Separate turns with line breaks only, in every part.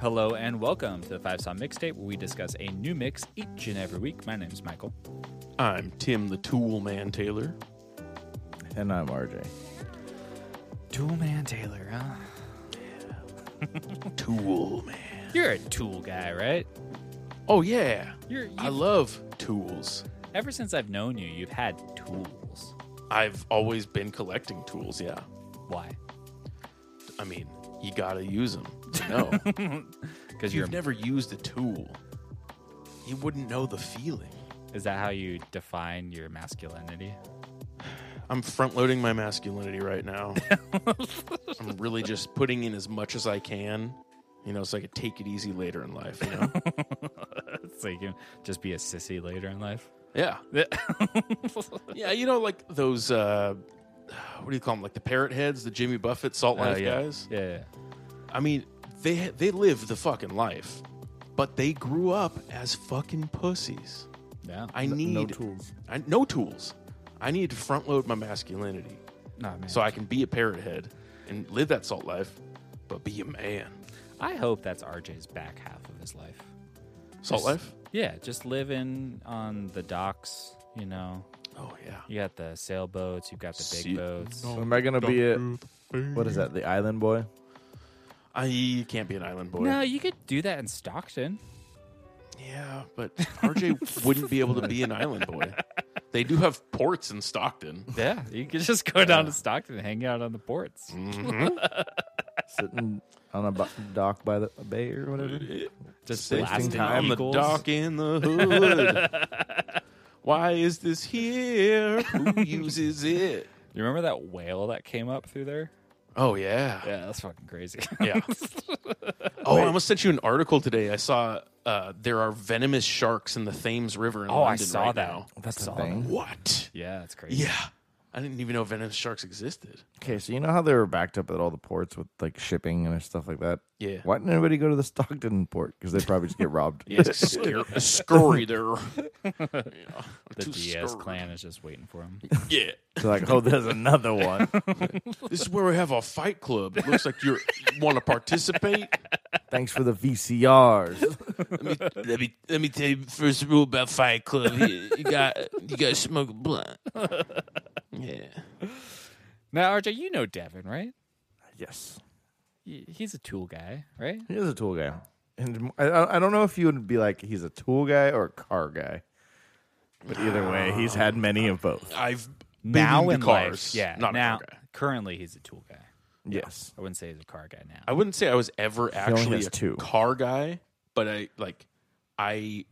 Hello and welcome to the Five Song Mixtape, where we discuss a new mix each and every week. My name is Michael.
I'm Tim the Tool Man Taylor.
And I'm RJ.
Tool Man Taylor, huh?
Tool Man.
You're a tool guy, right?
Oh, yeah.
You're you,
I love tools.
ever since I've known you, you've had tools.
I've always been collecting tools, yeah.
Why?
I mean, you gotta use them. No.
Because you're
You've never used a tool. You wouldn't know the feeling.
is that how you define your masculinity?
I'm front loading my masculinity right now. I'm really just putting in as much as I can, you know, so I could take it easy later in life, you know?
so you can just be a sissy later in life.
yeah.
Uh,
Yeah, you know, like those, uh, what do you call them? Like the parrot heads, the Jimmy Buffett, Salt
Oh,
Life
yeah.
guys?
Yeah, yeah.
I mean, they they live the fucking life, but they grew up as fucking pussies.
Yeah.
I need
no tools.
I, no tools. I need to front load my masculinity
Nah, man.
so I can be a parrot head and live that salt life, but be a man.
I hope that's RJ's back half of his life.
Salt life.
Yeah, just living on the docks, you know.
Oh yeah.
You got the sailboats, you've got the big
See-
boats.
Oh,
So am I gonna be a what is that? The island boy?
I you can't be an island boy.
No, you could do that in Stockton.
Yeah, but RJ wouldn't be able to be an island boy. They do have ports in Stockton.
Yeah, you could just go down to Stockton and hang out on the ports.
Sitting on a bu- dock by the bay or whatever.
Just
Sitting
blasting
on the
eagles.
dock in the hood. Why is this here? Who uses it?
You remember that whale that came up through there?
Oh yeah,
Yeah, that's fucking crazy.
yeah. oh, I almost sent you an article today. I saw uh, there are venomous sharks in the Thames River. In
oh, I
London
saw
right
that.
now.
That's
a thing.
What?
Yeah, that's crazy.
Yeah, I didn't even know venomous sharks existed.
Okay, so you know how they were backed up at all the ports with like shipping and stuff like that.
Yeah.
Why didn't anybody go to the Stockton port? Because they probably just get robbed.
Yeah, scare, scurry there. Yeah,
The
too
Diaz
scurry.
clan is just waiting for him.
Yeah,
They're like, oh, there's another one.
this is where we have our fight club. It looks like you're, you want to participate.
Thanks for the VCRs.
Let me, let me let me tell you first rule about Fight Club. You, you got you got to smoke a blunt. Yeah.
now, RJ, you know Devin, right?
yes,
He- He's a tool guy, right?
he is a tool guy, and I- I, I don't know if you would be like he's a tool guy or a car guy, but either way, he's had many of both.
I've been
now
into
in life,
cars.
yeah.
Not
now,
a car guy.
currently, he's a tool guy.
Yes,
I wouldn't say he's a car guy now.
I wouldn't say I was ever
only
actually
has
a
two.
car guy, but I like I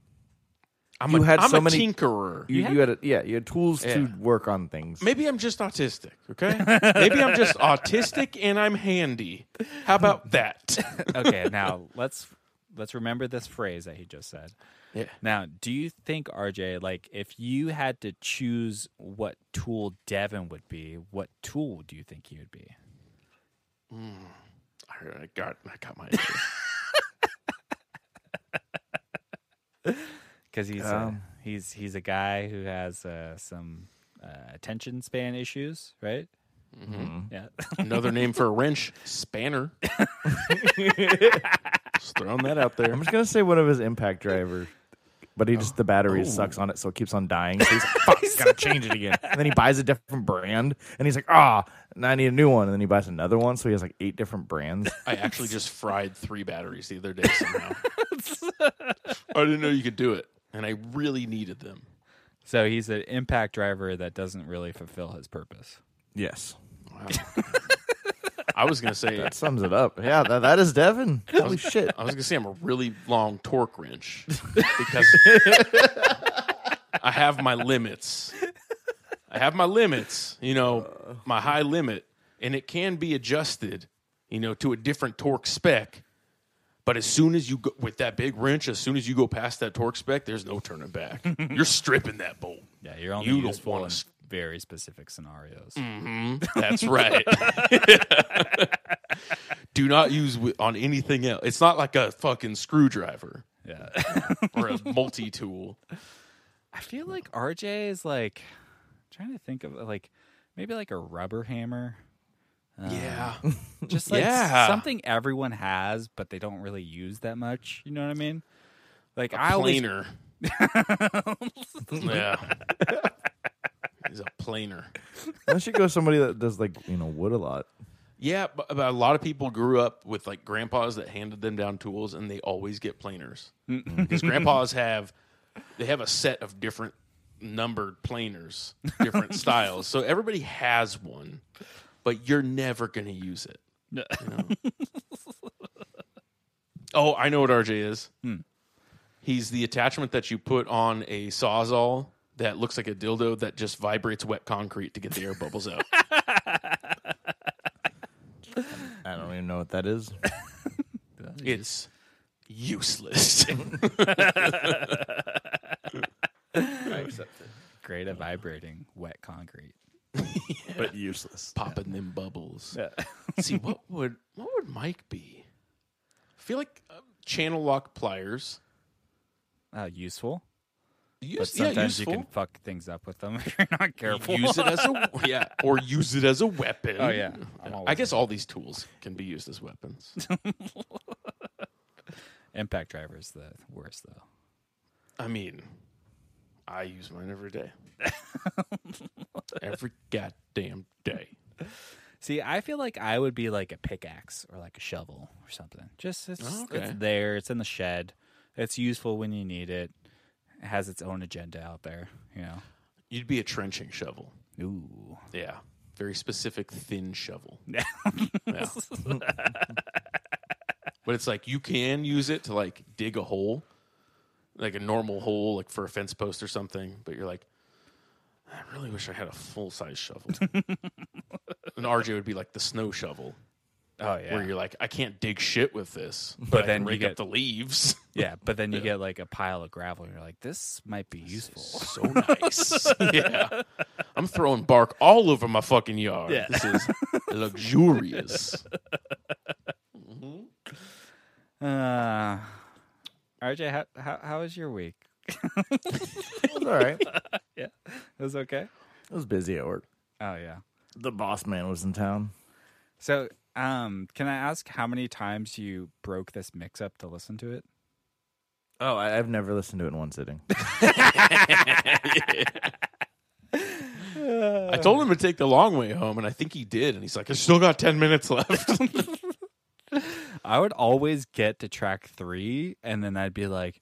I'm
You
a,
had
am
so
a
many-
tinkerer.
you,
had-
you had a, yeah, you had tools to
Yeah.
work on things.
Maybe I'm just autistic, okay? Maybe I'm just autistic and I'm handy. How about that?
okay, now let's let's remember this phrase that he just said.
Yeah.
Now, do you think RJ, like, if you had to choose what tool Devin would be, what tool do you think he would be?
I got I got my answer.
Because he's
Um.
a, he's he's a guy who has uh, some uh, attention span issues, right? Mm-hmm. Yeah,
Another name for a wrench, spanner. just throwing that out there.
I'm just gonna say one of his impact drivers, but he just the battery sucks on it, so it keeps on dying. So he's like, "Fuck, gotta change it again." And then he buys a different brand, and he's like, "Ah, now I need a new one." And then he buys another one, so he has like eight different brands.
I actually just fried three batteries the other day somehow. I didn't know you could do it, and I really needed them.
so he's an impact driver that doesn't really fulfill his purpose.
Yes,
I was gonna say
that sums it up. Yeah, that, that is Devin. Holy shit!
I was gonna say I'm a really long torque wrench because I have my limits. I have my limits, you know, my high limit, and it can be adjusted, you know, to a different torque spec. But as soon as you go with that big wrench, as soon as you go past that torque spec, there's no turning back. You're stripping that bolt.
Yeah, you're only
You don't
useful
wanna
in
s- Mm.
very specific scenarios.
That's right. Do not use wi- on anything else. It's not like a fucking screwdriver
Yeah.
or a multi tool.
I feel like RJ is like trying to think of like maybe like a rubber hammer.
yeah.
Just like
Yeah.
something everyone has, but they don't really use that much. You know what I mean? Like I always
planer. yeah. He's a planer.
Unless you go somebody that does like you know wood a lot.
Yeah, but, but a lot of people grew up with like grandpas that handed them down tools, and they always get planers because grandpas have they have a set of different numbered planers, different styles. So everybody has one, but you're never going to use it. you know? oh, I know what RJ is. He's the attachment that you put on a sawzall that looks like a dildo that just vibrates wet concrete to get the air bubbles out.
I don't even know what that is.
It's useless.
great at vibrating wet concrete.
But useless.
Popping them bubbles. See what would what would Mike be? I feel like um, channel lock pliers.
Uh, useful,
Use,
but
yeah,
sometimes
useful.
you can fuck things up with them if you're not careful.
use it as a yeah, or use it as a weapon.
Oh, yeah. I'm always-
I guess all these tools can be used as weapons.
Impact driver is the worst though.
I mean, I use mine every day, every goddamn day.
See, I feel like I would be like a pickaxe or like a shovel or something. Just it's,
Oh, okay.
it's there. It's in the shed. It's useful when you need it. It has its own agenda out there. You know.
You'd be a trenching shovel.
Ooh.
Yeah, very specific thin shovel.
Yeah.
Yeah. but it's like you can use it to like dig a hole, like a normal hole, like for a fence post or something. But you're like, I really wish I had a full size shovel. An RJ would be like the snow shovel,
Oh yeah.
where you're like, I can't dig shit with this, but, I
then
can
you
rake
get-
up the leaves.
yeah, but then you get like a pile of gravel, and you're like, "This might be useful."
so nice. yeah. I'm throwing bark all over my fucking yard.
Yeah.
This is luxurious.
Uh, RJ, how, how how was your week?
It was all right.
It
It
was okay.
was busy at work.
Oh yeah.
The boss man was in town.
So, um, can I ask how many times you broke this mix up to listen to it?
Oh, I, I've never listened to it in one sitting.
I told him to take the long way home, and I think he did. And he's like, I still got 10 minutes left.
I would always get to track three, and then I'd be like,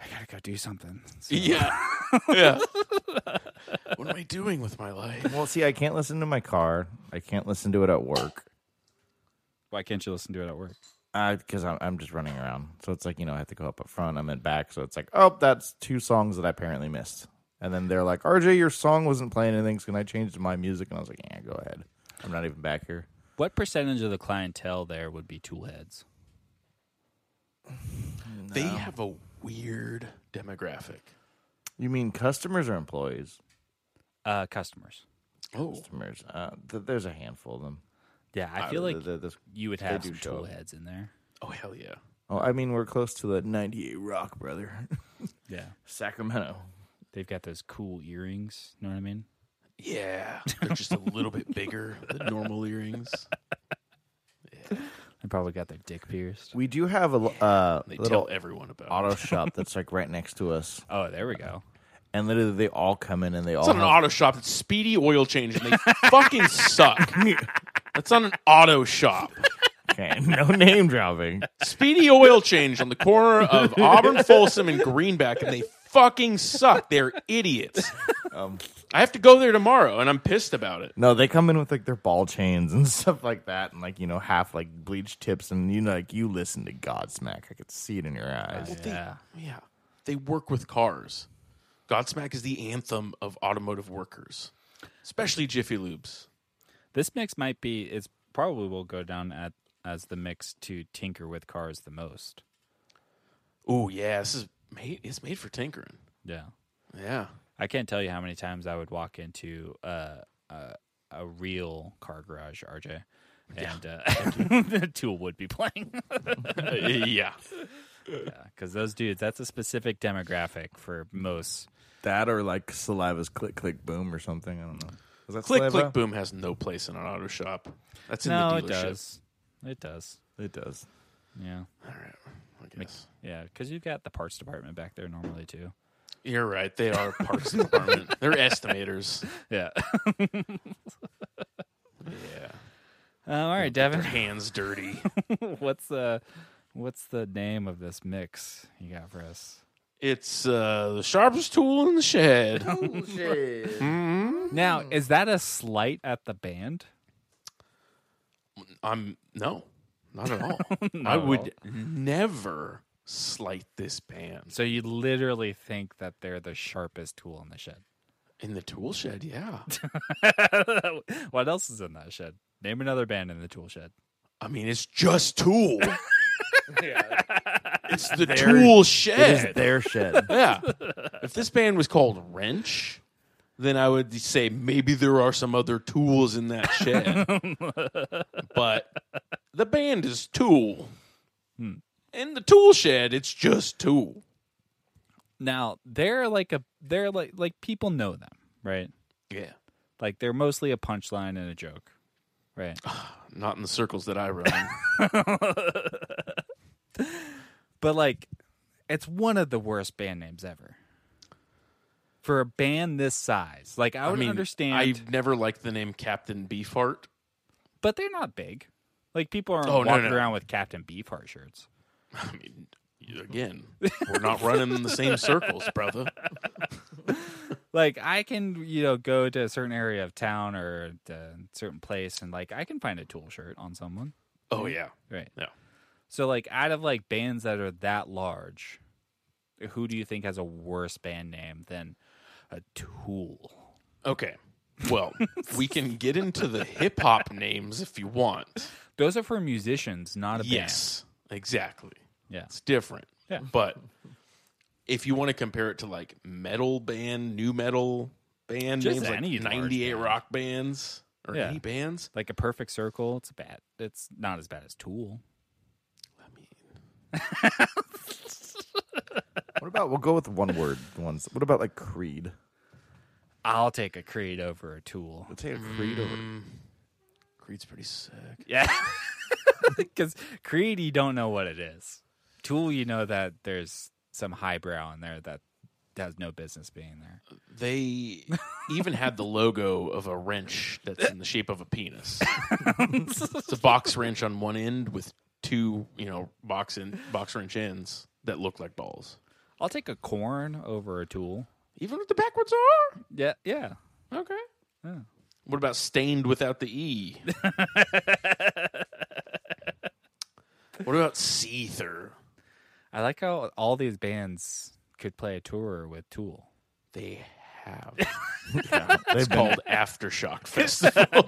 I gotta go do something. So-
yeah. Yeah. what am I doing with my life?
Well, see, I can't listen to my car. I can't listen to it at work
Why can't you listen to it at work?
because I'm, I'm just running around. So it's like you know I have to go up up front. I'm in back. So it's like oh, that's two songs that I apparently missed. And then they're like, RJ, your song wasn't playing anything. So can I change to my music? And I was like, yeah, go ahead. I'm not even back here.
What percentage of the clientele there would be tool heads?
They have a weird demographic.
You mean customers or employees?
Uh, customers.
Oh,
Customers. Uh, th- there's a handful of them.
Yeah, I feel like
Uh, th- this-
you would
they
have
do
some
show
tool
up.
heads in there.
oh hell yeah.
Oh, I mean, we're close to the 98 Rock, brother.
Yeah,
Sacramento.
they've got those cool earrings. You know what I mean?
Yeah. They're just a little bit bigger than normal earrings.
They probably got their dick pierced.
We do have a l- uh,
They
little
tell everyone about it.
auto shop that's like right next to us.
Oh, there we go.
And literally, they all come in and they
It's
all.
not an
Have,
auto shop. It's Speedy Oil Change, and they fucking suck. That's not an auto shop.
okay, no name dropping.
Speedy Oil Change on the corner of Auburn, Folsom, and Greenback, and they fucking suck. They're idiots.
Um,
I have to go there tomorrow, and I'm pissed about it.
No, they come in with like their ball chains and stuff like that, and like you know, half like bleach tips, and you know, like you listen to Godsmack. I could see it in your eyes.
They-
Yeah.
yeah. They work with cars. Godsmack is the anthem of automotive workers, especially Jiffy Lubes.
This mix might be. It's probably will go down at as the mix to tinker with cars the most.
Oh yeah, this is made. It's made for tinkering.
Yeah.
Yeah.
I can't tell you how many times I would walk into uh, a a real car garage, RJ, and uh, the Tool would be playing.
Uh, yeah.
Because those dudes, that's a specific demographic for most.
That or like saliva's click click boom or something. I don't know. Is that
Click
Slavo?
click boom has no place in an auto shop. That's in
no,
the
it
dealership.
does. It does.
It does.
Yeah,
All right, I guess
yeah. Because you've got the parts department back there normally too.
you're right. They are parts department. They're estimators.
Yeah.
Yeah,
Uh, all right,
their
Devin.
hands dirty.
what's the what's the name of this mix you got for us?
It's uh, the sharpest tool in the shed.
Now, is that a slight at the band?
I'm no, not at all.
Not
I
at
would never slight this band
So you literally think that they're the sharpest tool in the shed.
in the tool shed. Yeah,
what else is in that shed? Name another band in the tool shed.
I mean it's just tool. It's the
Their-
tool
It
shed.
is their shed.
Yeah. if this band was called Wrench, then I would say maybe there are some other tools in that shed. but the band is Tool. Hmm. In the tool shed, it's just Tool.
Now they're like a they're like like people know them, right?
Yeah.
Like they're mostly a punchline and a joke, right?
Not in the circles that I run.
But like, it's one of the worst band names ever for a band this size. Like I
I
would
mean,
understand,
I've never liked the name Captain Beefheart.
but they're not big. Like people aren't
Oh, no,
walking
no.
around with Captain Beefheart shirts.
I mean, again, we're not running in the same circles, brother.
like I can you know go to a certain area of town or a certain place and like I can find a tool shirt on someone,
Oh, yeah.
right?
Yeah.
So like out of like bands that are that large, who do you think has a worse band name than a Tool?
Okay. Well, we can get into the hip hop names if you want.
Those are for musicians, not a
Yes, exactly.
band. Yeah.
It's different.
Yeah.
But if you want to compare it to like metal band, new metal band,
Just
names
any
like
large
98
band.
rock bands or
Yeah.
any bands,
Like a perfect circle, it's bad. It's not as bad as Tool.
I mean,
What about we'll go with one word ones. What about like Creed?
I'll take a Creed over a Tool.
Let's take a Creed over.
Creed's pretty sick.
Yeah. Because Creed, you don't know what it is. Tool, you know that there's some highbrow in there that has no business being there.
They even had the logo of a wrench that's in the shape of a penis. it's a box wrench on one end with two, you know, box in, box wrench ends that look like balls.
I'll take a corn over a tool.
Even with the backwards R?
Yeah, yeah.
Okay. What about stained without the E? what about Seether?
I like how all these bands could play a tour with Tool.
They have.
They've
It's
been,
called Aftershock Festival.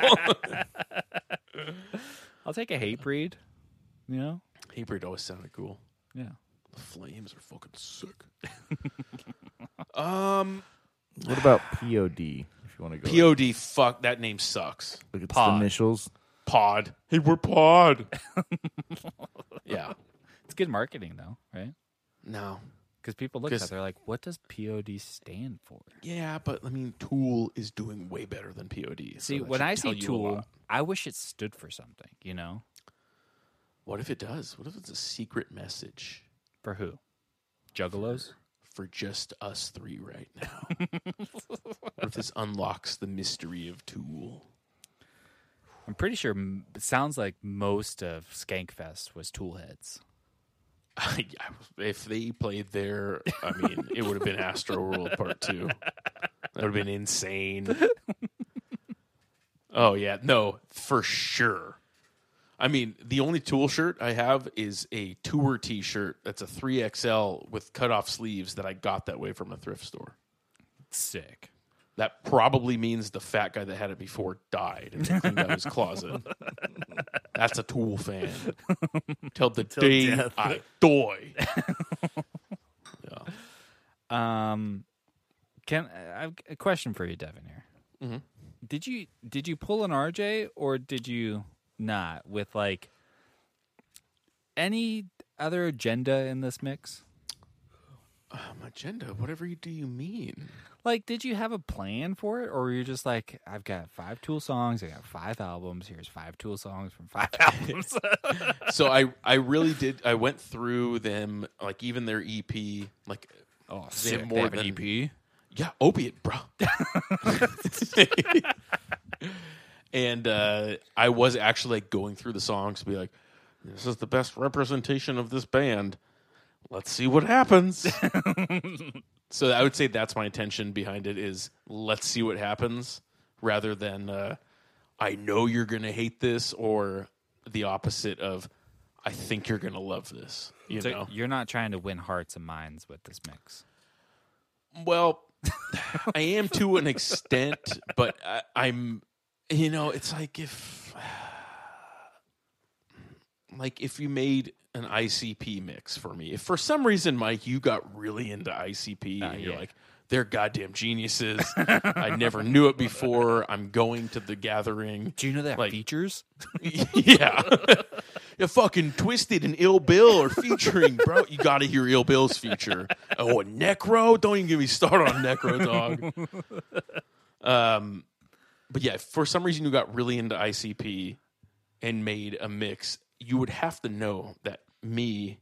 I'll take a hate breed. You know?
Hatebreed always sounded cool.
Yeah.
The flames are fucking sick. um,
what about POD? If you want to go, with-
POD, fuck, that name sucks.
look at the
Pod.
initials.
Pod. Hey, we're Pod. yeah.
It's good marketing though, right?
No.
Because people look at
'Cause-
it, they're like, what does POD stand for?
Yeah, but I mean, Tool is doing way better than POD. so
See,
that
when
should
I
tell
see
you a
Tool,
lot.
I wish it stood for something, you know?
What if it does? What if it's a secret message
For who? Juggalos?
for just us three right now? what if this unlocks the mystery of Tool?
I'm pretty sure m- it sounds like most of Skankfest was Toolheads.
I, I- if they played there, I mean, it would have been Astro World Part Two. That would have been insane. Oh yeah, no, for sure. I mean, the only Tool shirt I have is a tour T-shirt that's a three XL with cut off sleeves that I got that way from a thrift store.
Sick.
That probably means the fat guy that had it before died and they cleaned out his closet. That's a Tool fan. Till the day
death.
I die.
Um, can I have a question for you, Devin? Here, did you did you pull an RJ or did you not with like any other agenda in this mix?
Um, agenda. Whatever you do, you mean.
Like, did you have a plan for it, or were you just like, I've got five Tool songs, I got five albums. Here's five Tool songs from five albums.
So I, I really did. I went through them, like even their EP, like
oh,
sick. They have an E
EP.
Yeah, opiate, bro. and uh, I was actually like going through the songs to be like, this is the best representation of this band. Let's see what happens. so I would say that's my intention behind it is let's see what happens rather than uh, I know you're going to hate this or the opposite of I think you're going to love this, you
So
know.
you're not trying to win hearts and minds with this mix.
Well, I am to an extent, but I, I'm, you know, it's like if, like if you made an ICP mix for me. If for some reason, Mike, you got really into ICP and you're
yeah.
like, they're goddamn geniuses. I never knew it before. I'm going to the gathering.
Do you know that
Like-
features?
yeah. you fucking twisted and ill bill are featuring, bro. You gotta hear ill bill's feature. Oh, and Necro? Don't even get me started on Necro dog. Um but yeah, if for some reason you got really into ICP and made a mix, you would have to know that me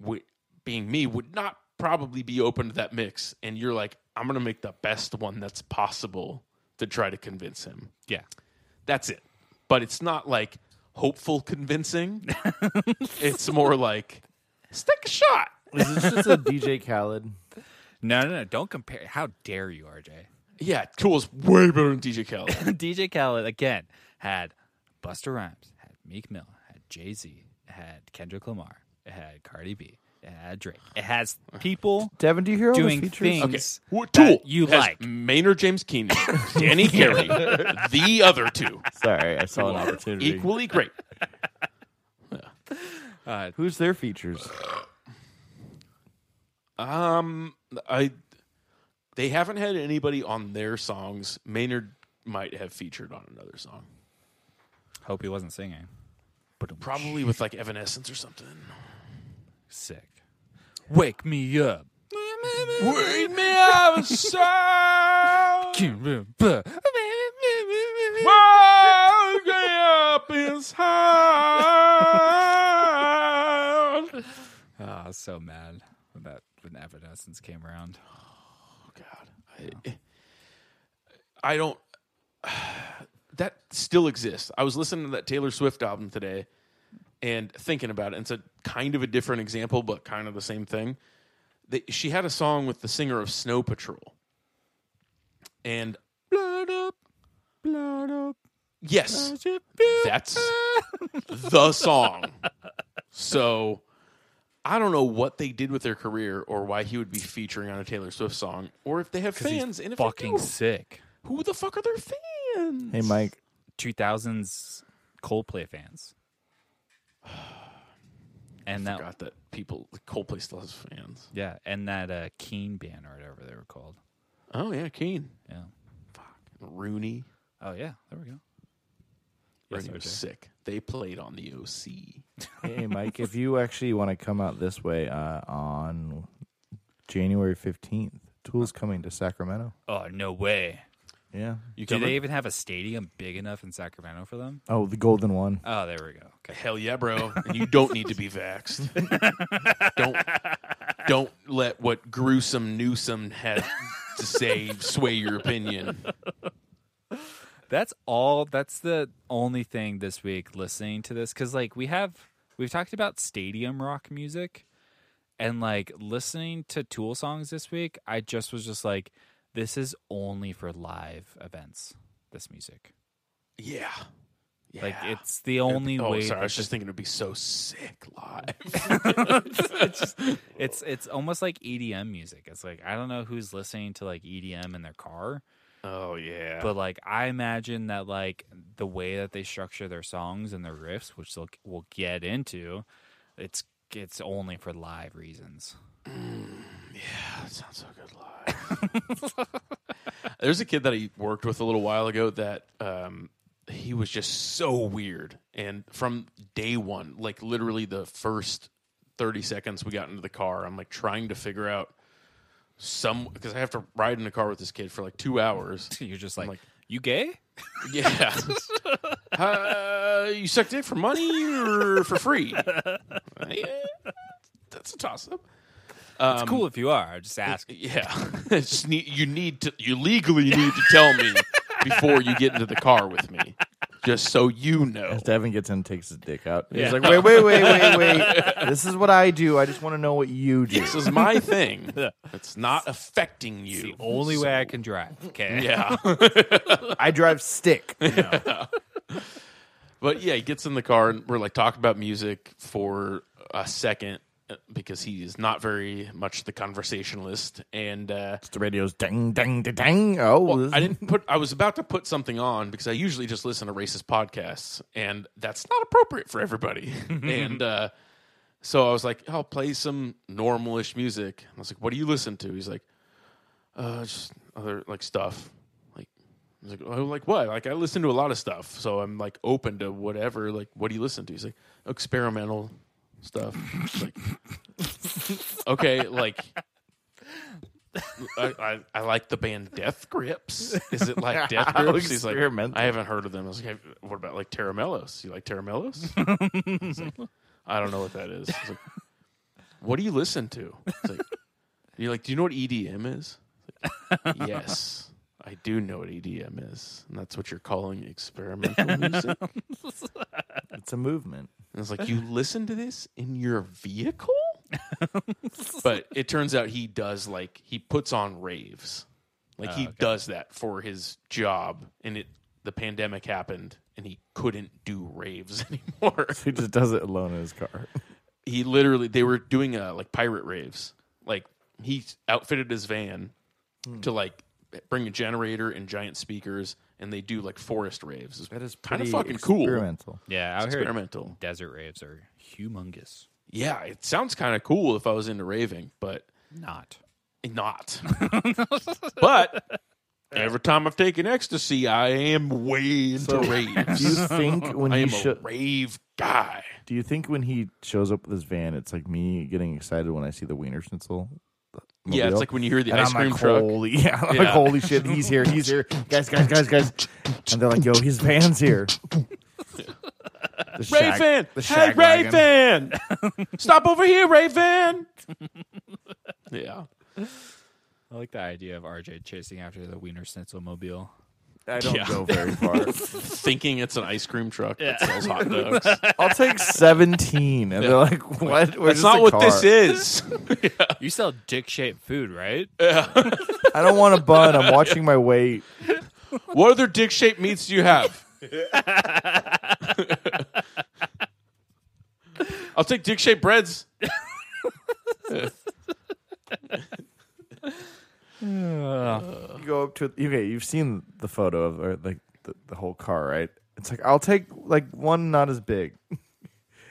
would being me would not probably be open to that mix and you're like, I'm gonna make the best one that's possible to try to convince him.
Yeah.
That's it. But it's not like hopeful convincing. it's more like stick a shot.
Is this just a DJ Khaled?
No, no, no. Don't compare. How dare you, RJ?
Yeah, Tool's way better than DJ Khaled.
DJ Khaled again had Buster Rhymes, had Meek Mill, had Jay Z, had Kendrick Lamar, it had Cardi B, it had Drake. It has people
Devin, do you hear all
doing
those features?
things.
Okay, who-
that
Tool
you
has
like.
Maynard James Keenan, Danny Carey, the other two,
Sorry, I saw an opportunity.
equally great.
Who's their features?
Um, I they haven't had anybody on their songs. Maynard might have featured on another song,
Hope he wasn't singing.
probably with like Evanescence or something.
Sick. Wake me up.
Wake me up, sound. Woke up inside. Oh
Oh, I was so mad when that when Evanescence came around.
Oh, God, I, I don't. That still exists. I was listening to that Taylor Swift album today, and thinking about it. And it's a kind of a different example, but kind of the same thing. They, she had a song with the singer of Snow Patrol, and
Blood up, blood up.
yes,
does it feel
That's the song. So I don't know what they did with their career or why he would be featuring on a Taylor Swift song or if they have fans. And if they
fucking
don't,
sick.
who the fuck are their fans?
Hey, Mike.
2000s Coldplay fans. And
I
that
forgot that people, Coldplay still has fans.
yeah, and that uh Keen band or whatever they were called.
Oh, yeah, Keen.
Yeah.
Rooney.
Oh yeah, there we go.
Rooney was sick. They played on the OC.
Hey, Mike. If you actually want to come out this way uh, on January fifteenth, Tool's coming to Sacramento.
Oh no way.
Yeah.
You
Do
coming?
they even have a stadium big enough in Sacramento for them?
Oh, the golden one.
Oh, there we go. Okay.
Hell yeah, bro. And you don't need to be vaxxed. don't don't let what gruesome Newsom had to say sway your opinion.
That's all. That's the only thing this week listening to this because like we have we've talked about stadium rock music and like listening to Tool songs this week. I just was just like, this is only for live events. This music,
Yeah. yeah.
like it's the only
oh,
way.
sorry. I
that
was just thinking it'd be so sick live.
it's it's almost like EDM music. It's like I don't know who's listening to like EDM in their car,
oh yeah.
but like I imagine that like the way that they structure their songs and their riffs, which they'll we'll get into, it's it's only for live reasons.
that sounds so good live. There's a kid that I worked with a little while ago that um, he was just so weird, and from day one, like literally the first 30 seconds we got into the car. I'm like trying to figure out some because I have to ride in the car with this kid for like two hours.
You're just like, you gay?
Yeah. uh, you suck dick for money or for free? Yeah, that's a toss up.
It's cool if you are. I just ask.
Yeah, It's just need- you need to. You legally need to tell me before you get into the car with me, just so you know.
Devin gets in, takes his dick out.
Yeah.
He's like, wait, wait, wait, wait, wait. this is what I do. I just want to know what you do.
This is my thing. It's not affecting you.
the only way I can drive. Okay.
yeah,
I drive stick.
but yeah, he gets in the car and we're like talking about music for a second uh, because he's not very much the conversationalist and. uh
the radio's ding, ding, ding, ding. Oh, this
I didn't put. I was about to put something on because I usually just listen to racist podcasts, and that's not appropriate for everybody. and uh, so I was like, "I'll play some normalish music." And I was like, "What do you listen to?" He's like, "Uh, just other like stuff." Like, I was like, "Oh, like what?" Like, I listen to a lot of stuff, so I'm like open to whatever. Like, what do you listen to? He's like, experimental stuff. It's like, okay, like. I, I, I like the band Death Grips. Is it like Death
How
Grips? He's like,
experimental.
I haven't heard of them. I was like, "Have- what about like Terramellos? You like Terramellos? He's like, I don't know what that is. I was like, what do you listen to? It's like, you're like, do you know what EDM is? It's like, yes, I do know what EDM is, and that's what you're calling experimental music. And
it's a movement.
it's like you listen to this in your vehicle, but it turns out he does like he puts on raves, like he does that for his job, and it the pandemic happened. And he couldn't do raves anymore.
He just does it alone in his car.
he literally they were doing uh like pirate raves. Like he outfitted his van to like bring a generator and giant speakers, and they do like forest raves. It's kind of fucking cool,
Experimental.
Yeah. Out here,
experimental.
desert raves are humongous.
Yeah, it sounds kind of cool if I was into raving, but
Not.
not. but every time I've taken ecstasy, I am way into
Do you
raves.
think when
I
he
am
sho-
a rave guy.
do you think when he shows up with his van, it's like me getting excited when I see the wiener schnitzel?
Yeah, it's
mobile?
like when you hear the
and
ice
I'm
cream
like,
truck.
holy, yeah, I'm like,
Yeah.
holy shit, he's here, he's here, guys, guys, guys, guys, and they're like, yo, his van's here. The
Ray
shag-
Van.
the
Hey,
shag
Ray
wagon.
Van. Stop over here, Ray Van. yeah.
I like the idea of RJ chasing after the Wiener Schnitzel mobile.
I don't
Yeah.
go very far.
Thinking it's an ice cream truck that sells hot dogs.
I'll take seventeen, and they're like, what? We're
That's
just
not
a
what
car.
this is.
You sell dick shaped food, right?
I don't want a bun. I'm watching my weight.
what other dick shaped meats do you have? I'll take dick shaped breads.
You go up to okay. You've seen the photo of or like the, the whole car, right? It's like I'll take like one not as big.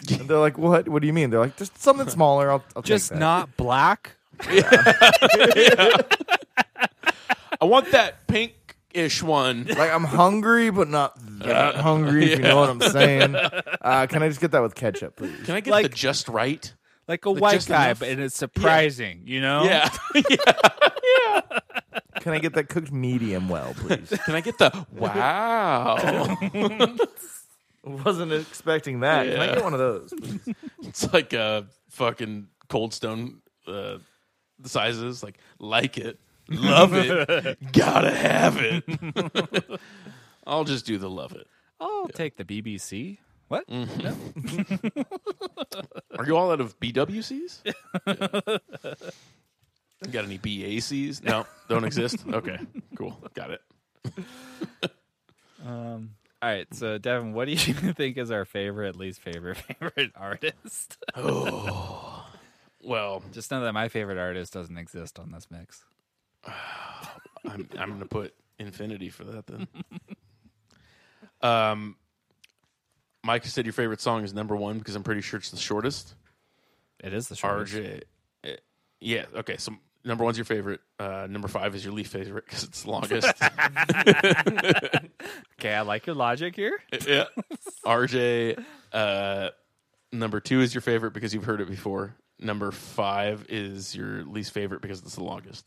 And they're like, what? What do you mean? They're like, just something smaller. I'll, I'll take
Just
that."
not black.
I want that pink ish one.
Like I'm hungry, but not that hungry. If you know what I'm saying. Uh, can I just get that with ketchup, please?
Can I get the
Like-
just right?
Like a white
just
guy,
enough.
but and it's surprising, you know?
Yeah.
Can I get that cooked medium well, please?
Can I get the wow?
Wasn't expecting that. Can I
Yeah.
get one of those? please?
It's like a fucking Cold Stone uh, sizes. Like, like it, love it, gotta have it. I'll just do the love it.
I'll take the BBC. What?
Are you all out of BWCs? Yeah. You Got any BACs? No, don't exist. Okay, cool, got it.
All right, so Devin, what do you think is our favorite, least favorite, favorite artist?
Well,
Just know that my favorite artist doesn't exist on this mix.
I'm I'm gonna put infinity for that then. um, Mike said your favorite song is number one because I'm pretty sure it's the shortest.
It is the shortest.
RJ. eh, Yeah. Okay. So number one's your favorite. Uh, number five is your least favorite because it's the longest.
Okay, I like your logic here.
yeah. RJ. Uh, Number two is your favorite because you've heard it before. Number five is your least favorite because it's the longest.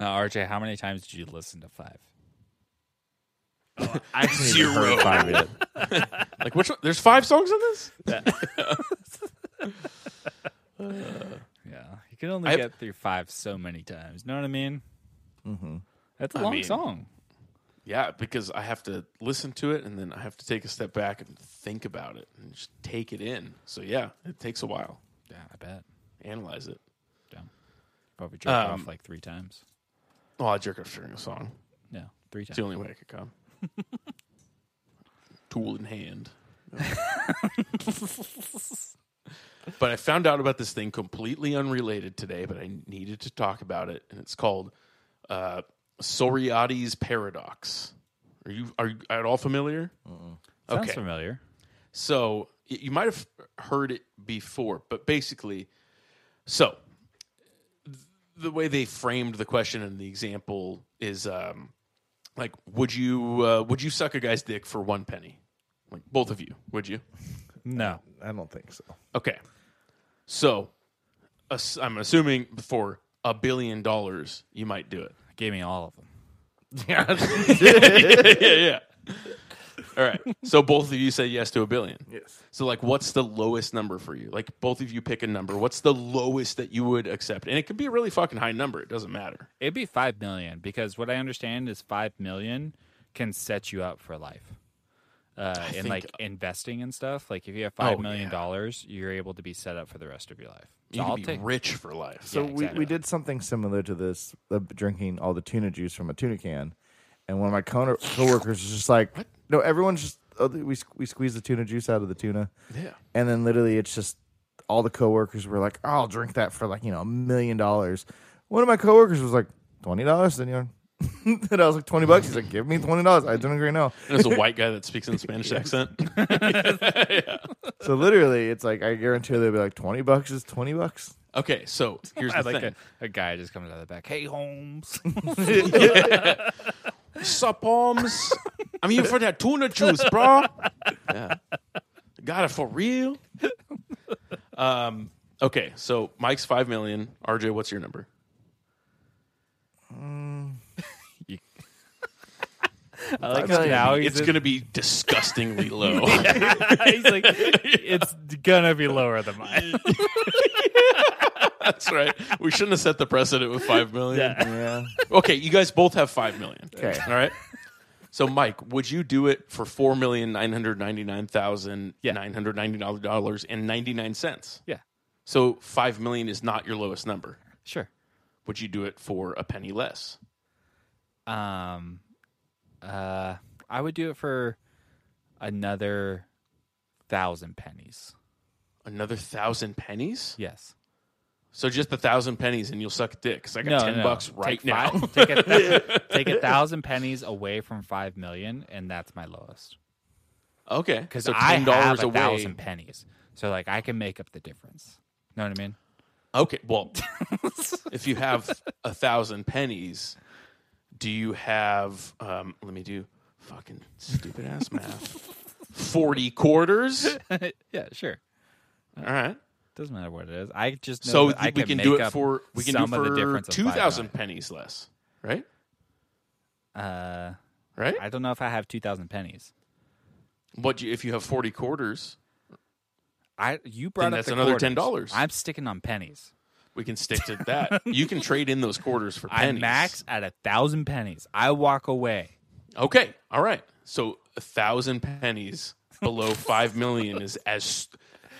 Now, RJ, how many times did you listen to five?
I haven't even heard five yet.
Like which one? There's five songs in this.
Yeah, you can only
I've-
get through five so many times. Know what I mean? Mm-hmm. That's a
I
long
mean-
song.
Yeah, because I have to listen to it and then I have to take a step back and think about it and just take it in. So yeah, it takes a while.
Yeah, I bet.
Analyze it.
Damn. Probably jerked
Um,
off like three times.
Oh, I jerk off during a song.
Yeah, three
It's the
times.
only way I could come. Tool in hand. but I found out about this thing completely unrelated today, but I needed to talk about it, and it's called uh, Soriotti's paradox. Are you are you at all familiar?
Sounds
okay.
familiar.
So y- you might have heard it before, but basically, so th- the way they framed the question and the example is um, like, would you uh, would you suck a guy's dick for one penny? Like both of you, would you?
No.
I don't think so.
Okay, so ass- I'm assuming for a billion dollars, you might do it.
Gave me all of them.
yeah, yeah. All right. So both of you say yes to a billion.
Yes.
So like what's the lowest number for you? Like both of you pick a number. What's the lowest that you would accept? And it could be a really fucking high number. It doesn't matter.
It'd be five million because what I understand is five million can set you up for life. Uh, and
think-
like investing and stuff. Like if you have five
Oh,
million
yeah.
dollars, you're able to be set up for the rest of your life. So
You
I'll
could be
take
rich for life.
Yeah,
So we,
exactly.
we did something similar to this, of drinking all the tuna juice from a tuna can, and one of my co- coworkers was just like, "No, everyone's just oh, we sque- we squeeze the tuna juice out of the tuna,
Yeah.
and then literally it's just all the coworkers were like, "Oh, I'll drink that for like you know a million dollars. One of my coworkers was like, twenty dollars, then you." and I was like, twenty bucks. He's like, give me twenty dollars. I don't agree now.
And it's a white guy that speaks in a Spanish accent.
So literally, it's like I guarantee they'll be like, twenty bucks is twenty bucks.
Okay, so here's
I
the
like
thing.
a, a guy just comes out of the back. Hey Holmes.
Sup, Holmes? I'm here for that tuna juice, bro. Yeah. Got it for real. Um, okay, so Mike's five million. RJ, what's your number?
I like
Five
how
million.
now he's
It's
in-
gonna be disgustingly low.
he's like it's gonna be lower than mine.
That's right. We shouldn't have set the precedent with five million.
Yeah.
Okay, you guys both have five million.
Okay.
All right. So Mike, would you do it for four million nine hundred ninety nine thousand nine hundred ninety nine dollars and ninety nine cents?
yeah.
So five million is not your lowest number.
Sure.
Would you do it for a penny less?
Um uh I would do it for another thousand pennies.
Another thousand pennies?
Yes.
So just a thousand pennies and you'll suck dick. 'cause I got ten bucks right
take
now.
Five, take, a, take a thousand pennies away from five million, and that's my lowest.
okay.
Because
so
I
ten
have
dollars
a
away.
thousand pennies, so like I can make up the difference. Know what I mean?
Okay, well, if you have a thousand pennies, do you have? Um, let me do fucking stupid ass math. Forty quarters.
yeah, sure.
All right,
Doesn't matter what it is. I just know
so
that I
we
can
can
make
do it
up
for we can do
some of the
for
difference of
two
five
thousand pennies less. Right,
dollars. Uh,
right.
I don't know if I have two thousand pennies.
What you, if you have forty quarters?
I you brought
Then
up
that's
the
another
quarters.
$10.
I'm sticking on pennies.
We can stick to that. you can trade in those quarters for
I
pennies.
max at a thousand pennies. I walk away.
Okay, all right. So a thousand pennies below five million is as,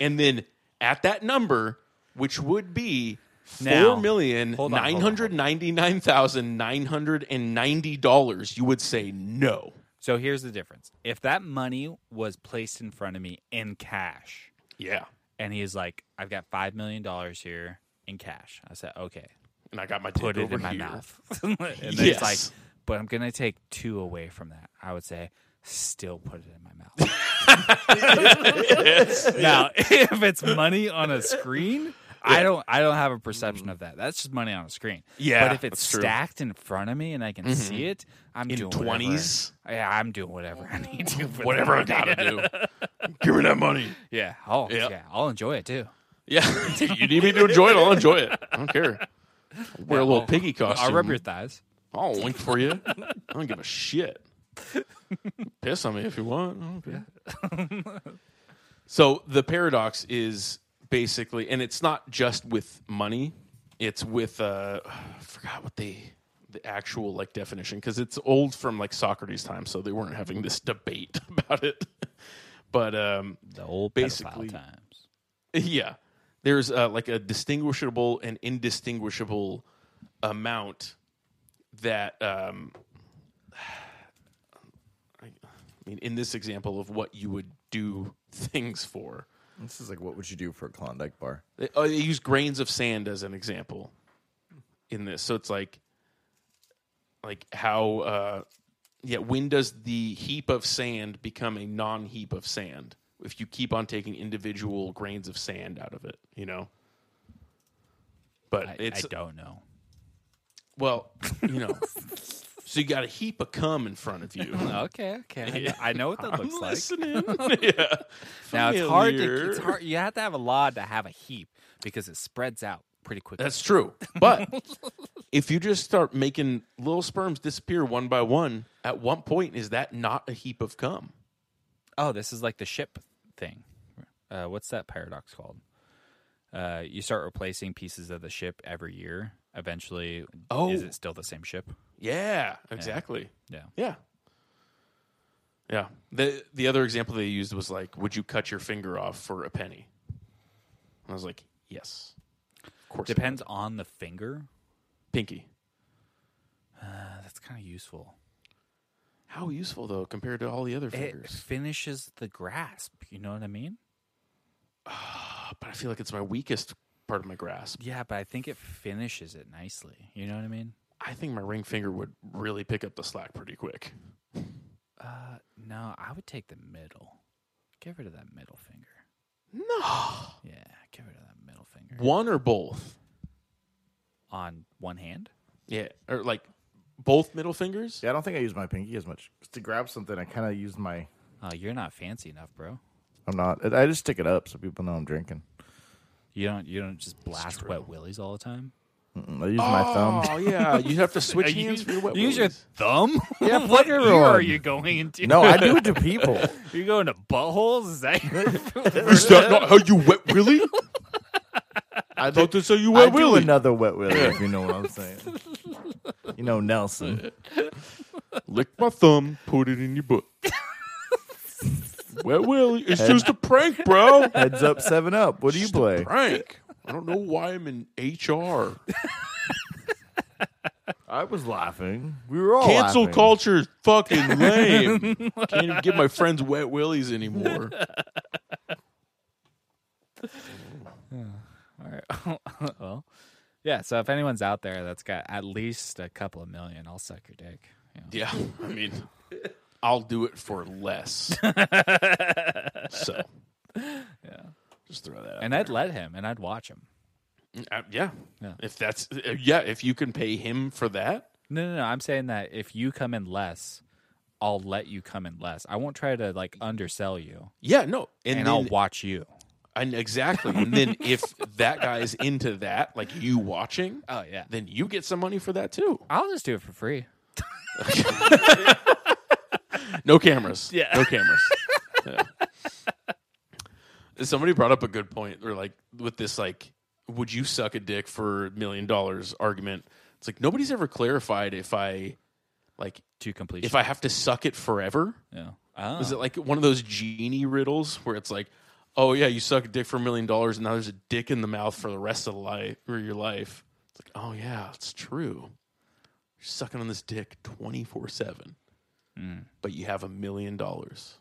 and then at that number, which would be
Now,
four million
hold on,
nine
hold on,
hundred ninety nine thousand nine hundred and ninety dollars, you would say no.
So here's the difference. If that money was placed in front of me in cash,
Yeah,
and he's like, "I've got five million dollars here in cash," I said, "Okay,
and I got my
put
dick
it
over
in my
here.
mouth." and then he's
Yes.
like, "But I'm gonna take two away from that." I would say, "Still put it in my mouth." now, if it's money on a screen, I don't I don't have a perception of that. That's just money on a screen.
Mm-hmm. Yeah,
But if it's
that's true. Mm-hmm.
stacked in front of me and I can see it, I'm
In
doing whatever-
20s?
Yeah, I'm doing whatever I need to. for
whatever I
that.
gotta do. Give me that money.
Yeah. Oh
Yeah.
yeah. I'll enjoy it too.
Yeah, you need me to enjoy it. I'll enjoy it. I don't care. I'll wear a little
I'll-
piggy costume.
I'll rub your thighs.
I'll wink for you. I don't give a shit. Piss on me if you want. I don't care. so the paradox is basically, and it's not just with money. It's with uh, I forgot what the the actual like definition because it's old from like Socrates' time, so they weren't having this debate about it. but um,
The old
Basically-
pedophile times.
yeah. There's uh, like a distinguishable and indistinguishable amount that, um, I I mean, in this example of what you would do things for.
This is like, what would you do for a Klondike bar?
They, oh, they use grains of sand as an example in this. So it's like, like how, uh, yeah, when does the heap of sand become a non heap of sand? If you keep on taking individual grains of sand out of it, you know? But
I, I
it's,
don't know.
well, you know. so you got a heap of cum in front of you.
Okay, okay. I know, I know what that
I'm
looks like.
listening. yeah.
Now it's hard to
Familiar.
it's hard you have to have a lot to have a heap because it spreads out pretty quickly.
That's true. But if you just start making little sperms disappear one by one, at one point, is that not a heap of cum?
Oh, this is like the ship thing. Uh, what's that paradox called? Uh, you start replacing pieces of the ship every year. Eventually,
Oh.
is it still the same ship?
Yeah, exactly.
Yeah.
Yeah. Yeah. The the other example they used was like, would you cut your finger off for a penny? And I was like, yes. Of course. I would.
Depends on the finger.
Pinky.
Uh, that's kind of useful.
How useful though compared to all the other
It
fingers?
finishes the grasp. You know what I mean?
Oh, but I feel like it's my weakest part of my grasp.
Yeah, but I think it finishes it nicely. You know what I mean?
I think my ring finger would really pick up the slack pretty quick.
Uh, no, I would take the middle. Get rid of that middle finger.
No.
Yeah, get rid of that middle finger.
One or both?
On one hand?
Yeah, or like both middle fingers.
Yeah, I don't think I use my pinky as much. Just to grab something, I kind of use my.
Uh, you're not fancy enough, bro.
I'm not. I just stick it up so people know I'm drinking.
You don't you don't just blast wet willies all the time.
Mm, I use my thumb.
Oh yeah, you have to switch hands for your wet
use your
willies.
thumb?
Yeah,
what
fuck
year are
everyone.
you going into?
No, I do it to people.
you're going to buttholes. Is that your
Is that not how you wet willy?
I do,
Don't this how you
I
wet
do
willy?
another wet willy, if you know what I'm saying. You know Nelson.
Lick my thumb, put it in your butt. wet willy. It's just a prank, bro.
Heads up, seven up. What do you play?
Prank. I don't know why I'm in HR.
I was laughing. We were all
Cancel
laughing.
culture is fucking lame. Can't even give my friends wet willies anymore.
All right. well, yeah. So if anyone's out there that's got at least a couple of million, I'll suck your dick. Yeah.
Yeah, I mean, I'll do it for less. so, yeah, just throw that.
And I'd let him, and I'd watch him.
out. Uh, yeah.
Yeah.
if that's uh, yeah, if you can pay him for that,
No, no, no. I'm saying that if you come in less, I'll let you come in less. I won't try to like undersell you,
yeah, no, and,
and,
then,
I'll watch you.
and exactly, and then if that guy's into that, like you watching,
Oh yeah.
then you get some money for that too.
I'll just do it for free.
No cameras.
Yeah.
No cameras. Yeah. Somebody brought up a good point or like with this like would you suck a dick for a million dollars argument. It's like nobody's ever clarified if I like
to completion.
if I have to suck it forever.
yeah. Oh.
Is it like one of those genie riddles where it's like, oh yeah, you suck a dick for a million dollars and now there's a dick in the mouth for the rest of the life or your life. It's like, oh yeah, it's true. You're sucking on this dick twenty four seven.
Mm.
But you have a million dollars.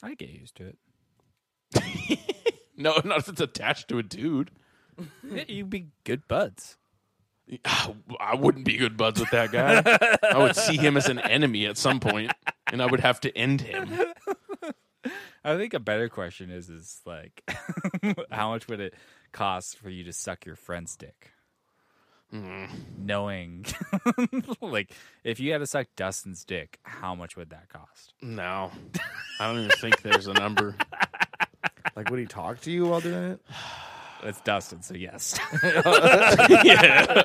I get used to it.
No, not if it's attached to a dude.
Yeah, You'd be good buds.
I wouldn't be good buds with that guy. I would see him as an enemy at some point, and I would have to end him.
I think a better question is is like how much would it cost for you to suck your friend's dick? Knowing like if you had to suck Dustin's dick, how much would that cost?
No, I don't even think there's a number.
Like, would he talk to you while doing it?
It's Dustin, so yes.
yeah,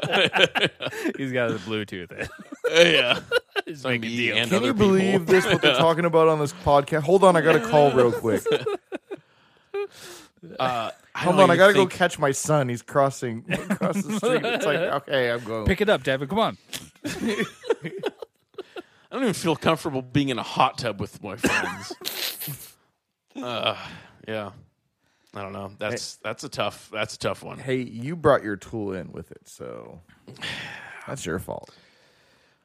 He's got his Bluetooth in.
yeah.
He's
Like
making
me
deals.
and
Can
other
you believe
people.
this? What they're talking about on this podcast? Hold on, I got to call real quick.
Uh,
Hold
don't
on, I
even
gotta
think-
go catch my son. He's crossing across the street. It's like, okay, I'm going.
Pick it up, David. Come on.
I don't even feel comfortable being in a hot tub with my friends. uh, yeah, I don't know. That's that's a tough that's a tough one.
hey, you brought your tool in with it, so that's your fault.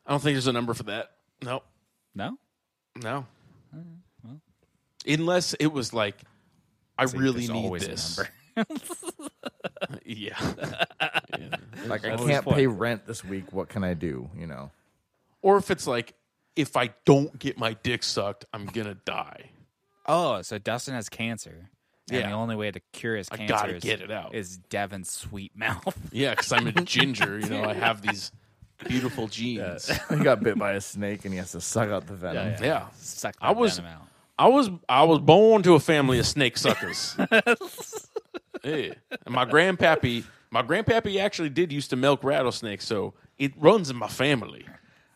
I don't think there's a number for that. No,
No?
no. Unless it was like, I really
There's
need
always a
this.
number.
Yeah.
Like, I
That's
can't
fun.
pay rent this week. What can I do? You know,
Or if it's like, if I don't get my dick sucked, I'm gonna die.
Oh, so Dustin has cancer. And
Yeah.
the only way to cure his cancer
gotta
is,
get it out.
is Devin's sweet mouth.
Yeah, because I'm a ginger. You know, I have these beautiful genes.
he got bit by a snake and he has to suck out the venom.
Yeah,
Yeah.
Suck
I was-
venom out.
I was I was born to a family of snake suckers. yeah. And my grandpappy my grandpappy actually did used to milk rattlesnakes, so it runs in my family.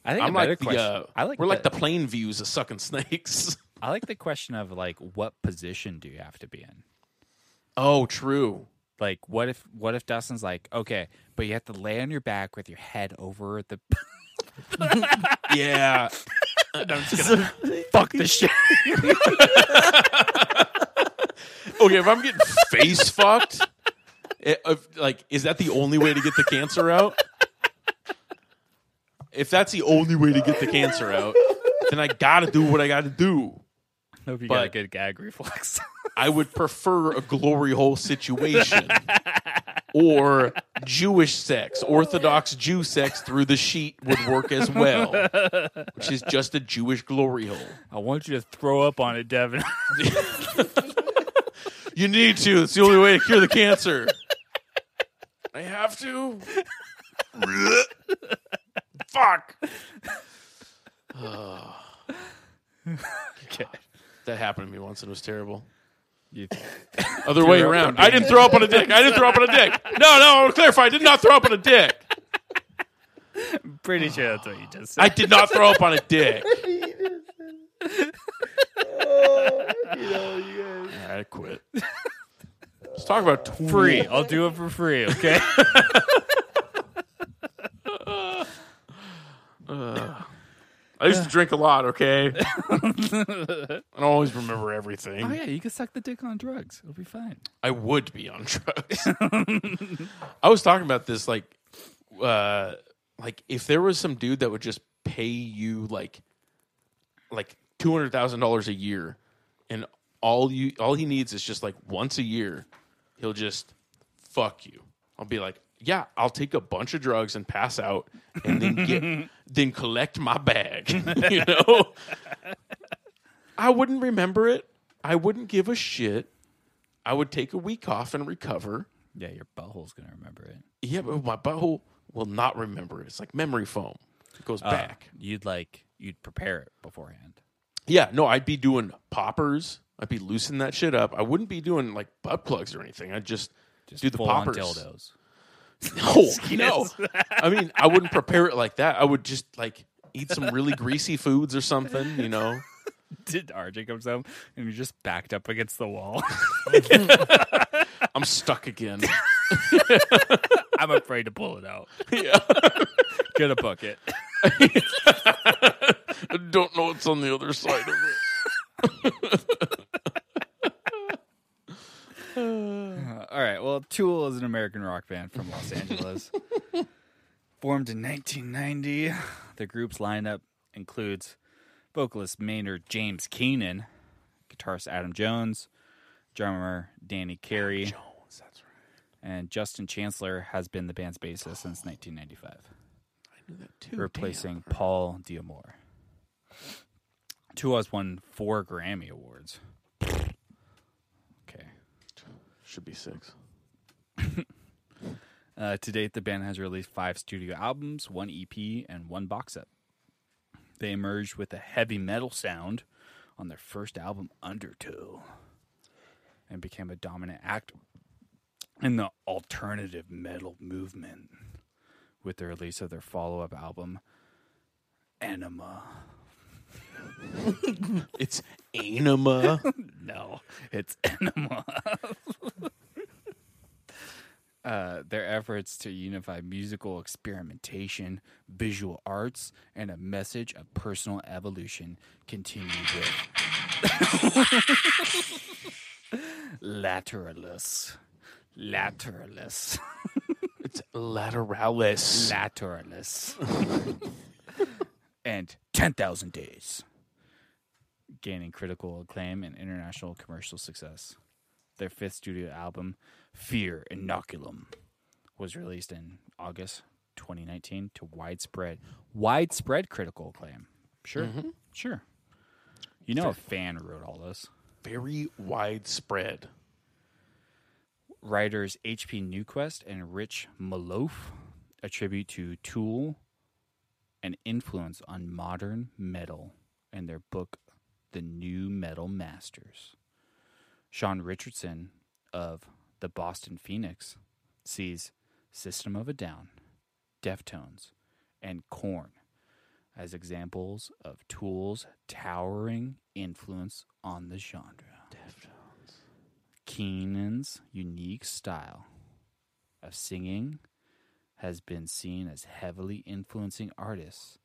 I think
I'm
a better
like the
question.
uh,
I like
we're like
the,
the plain views of sucking snakes.
I like the question of like what position do you have to be in?
oh, true.
Like what if what if Dustin's like okay, but you have to lay on your back with your head over the
Yeah. I'm just gonna-
fuck the shit.
okay, if I'm getting face fucked, eh, if, like is that the only way to get the cancer out? If that's the only way to get the cancer out, then I got to do what I got to do.
Hope you
got a
got a good gag reflex.
I would prefer a glory hole situation or Jewish sex. Orthodox Jew sex through the sheet would work as well, which is just a Jewish glory hole.
I want you to throw up on it, Devin.
You need to. It's the only way to cure the cancer. I have to. Fuck.
okay.
That happened to me once and it was terrible.
You,
Other way
up
around. I didn't throw up on a dick. I didn't throw up on a dick. No, no, I want to clarify. I did not throw up on a dick.
pretty sure that's what you just said.
I did not throw up on a dick. Oh, I quit. Let's talk about Tool.
free. Oh, I'll do it for free. Okay.
I used to drink a lot, okay? I don't always remember
oh
everything.
yeah, you can suck the dick on drugs. It'll be fine.
I would be on drugs. I was talking about this like uh like if there was some dude that would just pay you like like two hundred thousand dollars a year and all you all he needs is just like once a year, he'll just fuck you. I'll be like, yeah, I'll take a bunch of drugs and pass out and then get then collect my bag. you know? I wouldn't remember it. I wouldn't give a shit. I would take a week off and recover.
Yeah, your butthole's gonna remember it.
Yeah, but my butthole will not remember. it. It's like memory foam. It goes
Ah.
back.
You'd like you'd prepare it beforehand.
Yeah, no, I'd be doing poppers. I'd be loosening that shit up. I wouldn't be doing like butt plugs or anything. I'd just,
Just
do the
full on
poppers.
dildos.
No, no. I mean, I wouldn't prepare it like that. I would just like eat some really greasy foods or something, you know.
Did RJ comes home and you're just backed up against the wall.
I'm stuck again.
I'm afraid to pull it out.
yeah.
Gonna book it.
I don't know what's on the other side of it.
All right. Well, Tool is an American rock band from Los Angeles. Formed in 1990, the group's lineup includes vocalist Maynard James Keenan, guitarist Adam Jones, drummer Danny Carey,
Jones, that's right.
and Justin Chancellor has been the band's bassist since
Oh.
1995.
I knew that too.
replacing Paul Diamore. Two has won four Grammy Awards.
Should be six.
Uh, to date, the band has released five studio albums, one EP, and one box set. They emerged with a heavy metal sound on their first album, Undertow, and became a dominant act in the alternative metal movement with the release of their follow up album, Anima.
It's anima.
No, it's Enema. uh, their efforts to unify musical experimentation, visual arts, and a message of personal evolution continue with Lateralus. Lateralus.
it's lateralis.
Lateralus. and 10,000 Days. Gaining critical acclaim and international commercial success. Their fifth studio album, Fear Inoculum, was released in August 2019 to widespread widespread critical acclaim. Sure. Sure. You know a fan wrote all this.
Very widespread.
writers H.P. Newquest and Rich Malouf attribute to Tool an influence on modern metal in their book The New Metal Masters. Sean Richardson of the Boston Phoenix sees System of a Down, Deftones, and Korn as examples of Tool's towering influence on the genre. Keenan's unique style of singing has been seen as heavily influencing artists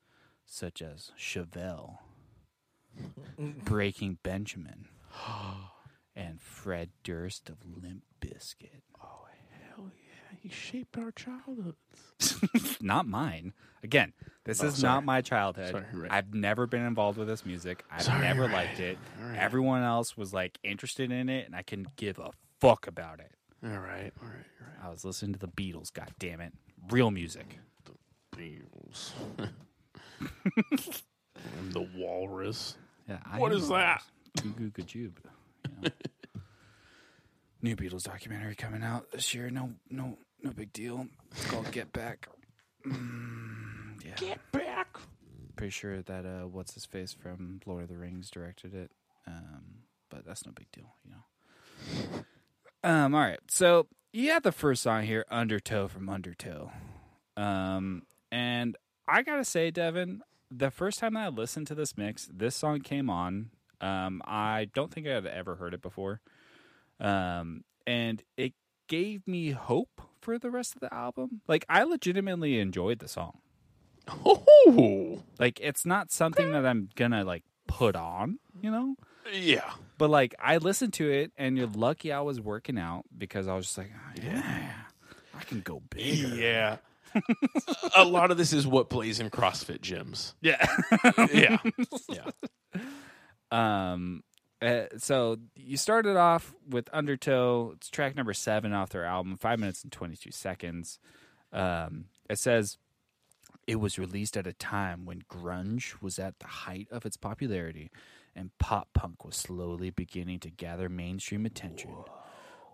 such as Chevelle, Breaking Benjamin, and Fred Durst of Limp Bizkit.
Hell yeah, he shaped our childhood.
not mine. Again, this is
Oh, sorry.
not my childhood.
Sorry, you're right.
I've never been involved with this music. I've never liked it. Everyone else was like interested in it, and I couldn't give a fuck about it.
All right, all right, all right.
I was listening to the Beatles. God damn it, real music.
Beatles. I'm the walrus.
Yeah, I
What
am
is
one of
that?
those. Goo goo gajube. You know. New Beatles documentary coming out this year. No, no, no big deal. It's called Get Back. Mm, yeah,
Get back.
pretty sure that uh, what's his face from Lord of the Rings directed it. Um, but that's no big deal, you know. Um, all right, so you had the first song here, Undertow from Undertow, um, and I gotta say, Devin, the first time that I listened to this mix, this song came on. Um, I don't think I've ever heard it before, um, and it gave me hope for the rest of the album. Like I legitimately enjoyed the song.
Oh,
Like it's not something that I'm gonna like put on, you know?
yeah.
But like I listened to it and you're lucky I was working out because I was just like, "Ah, yeah, I can go big.
Yeah. a lot of this is what plays in CrossFit gyms.
Yeah.
Yeah. yeah.
um uh, so you started off with Undertow. It's track number seven off their album, five minutes and twenty two seconds. Um, it says it was released at a time when grunge was at the height of its popularity, and pop punk was slowly beginning to gather mainstream attention.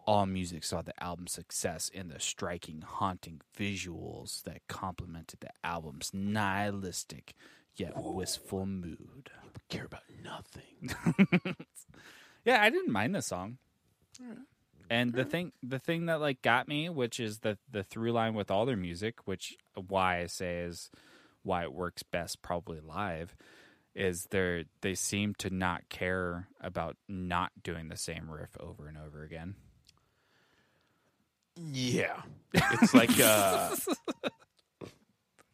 All music saw the album's success in the striking, haunting visuals that complemented the album's nihilistic yet wistful mood.
Care about nothing.
Yeah, I didn't mind the song. And the thing the thing that like got me, which is the the through line with all their music, which why I say is why it works best probably live, is they they seem to not care about not doing the same riff over and over again.
Yeah. It's like uh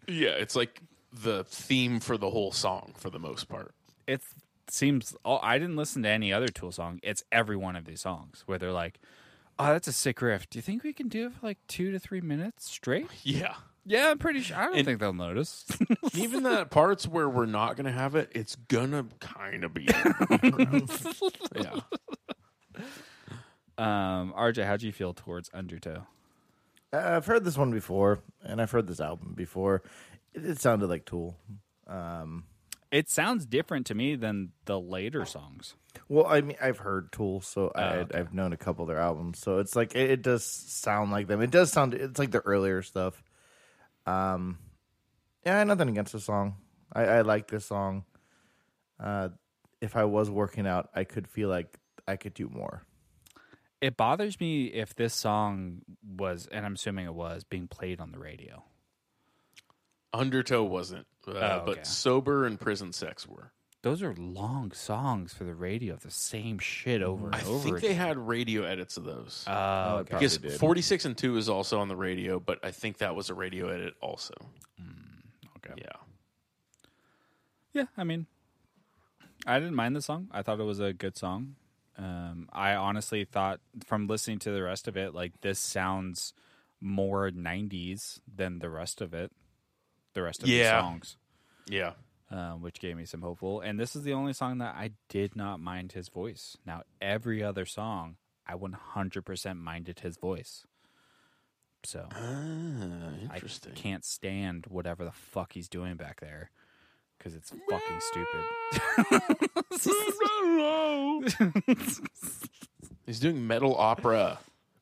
Yeah, it's like the theme for the whole song for the most part.
It seems oh, I didn't listen to any other Tool song. It's every one of these songs where they're like, "Oh, that's a sick riff. Do you think we can do it for like two to three minutes straight?"
Yeah.
Yeah, I'm pretty sure. I don't think they'll notice.
Even the parts where we're not gonna have it, it's gonna kinda be in the background. Yeah.
Um, RJ, how do you feel towards Undertow?
Uh, I've heard this one before, and I've heard this album before. It, it sounded like Tool.
It sounds different to me than the later songs.
Well, I mean, I've heard Tool, so
Oh,
I, I've known a couple of their albums. So it's like it, it does sound like them. It does sound. It's like the earlier stuff. Um, yeah, nothing against the song. I, I like this song. Uh, if I was working out, I could feel like I could do more.
It bothers me if this song was, and I'm assuming it was, being played on the radio.
Undertow wasn't, uh,
okay.
but sober and prison sex were.
Those are long songs for the radio, the same shit over and
I
over.
think they
again.
had radio edits of those.
Oh,
it
okay.
probably
because
did.
46 and 2 is also on the radio, but I think that was a radio edit also. Hmm,
okay.
Yeah.
Yeah, I mean, I didn't mind the song. I thought it was a good song. Um, I honestly thought, from listening to the rest of it, like this sounds more '90s than the rest of it. The rest of
Yeah.
the songs,
Yeah.
um, which gave me some hopeful. And this is the only song that I did not mind his voice. Now, every other song, I 100% minded his voice. So
Uh,
I
interesting.
can't stand whatever the fuck he's doing back there because it's fucking stupid.
He's doing metal opera.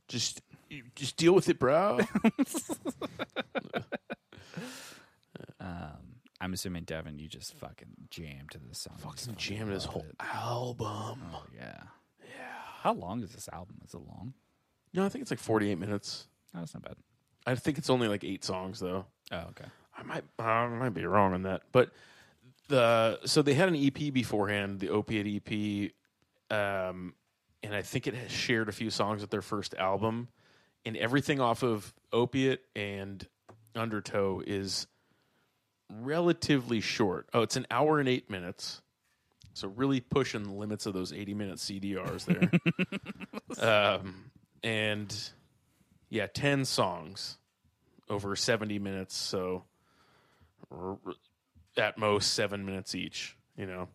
Just you- just deal with it, bro.
I'm assuming Devin, you just fucking jammed to this song. You just
Fucking jammed his
love
whole
it.
album.
Oh, yeah. Yeah. How long is this album? Is it long?
No, I think it's like 48 minutes.
No, it's not bad.
I think it's only like eight songs though.
Oh, okay.
I might I might be wrong on that, but the so they had an EP beforehand, the Opiate EP, um, and I think it has shared a few songs with their first album, and everything off of Opiate and Undertow is relatively short. Oh, it's an hour and eight minutes, so really pushing the limits of those eighty-minute CDRs there, um, and yeah, ten songs over 70 minutes so r- r- at most seven minutes each you know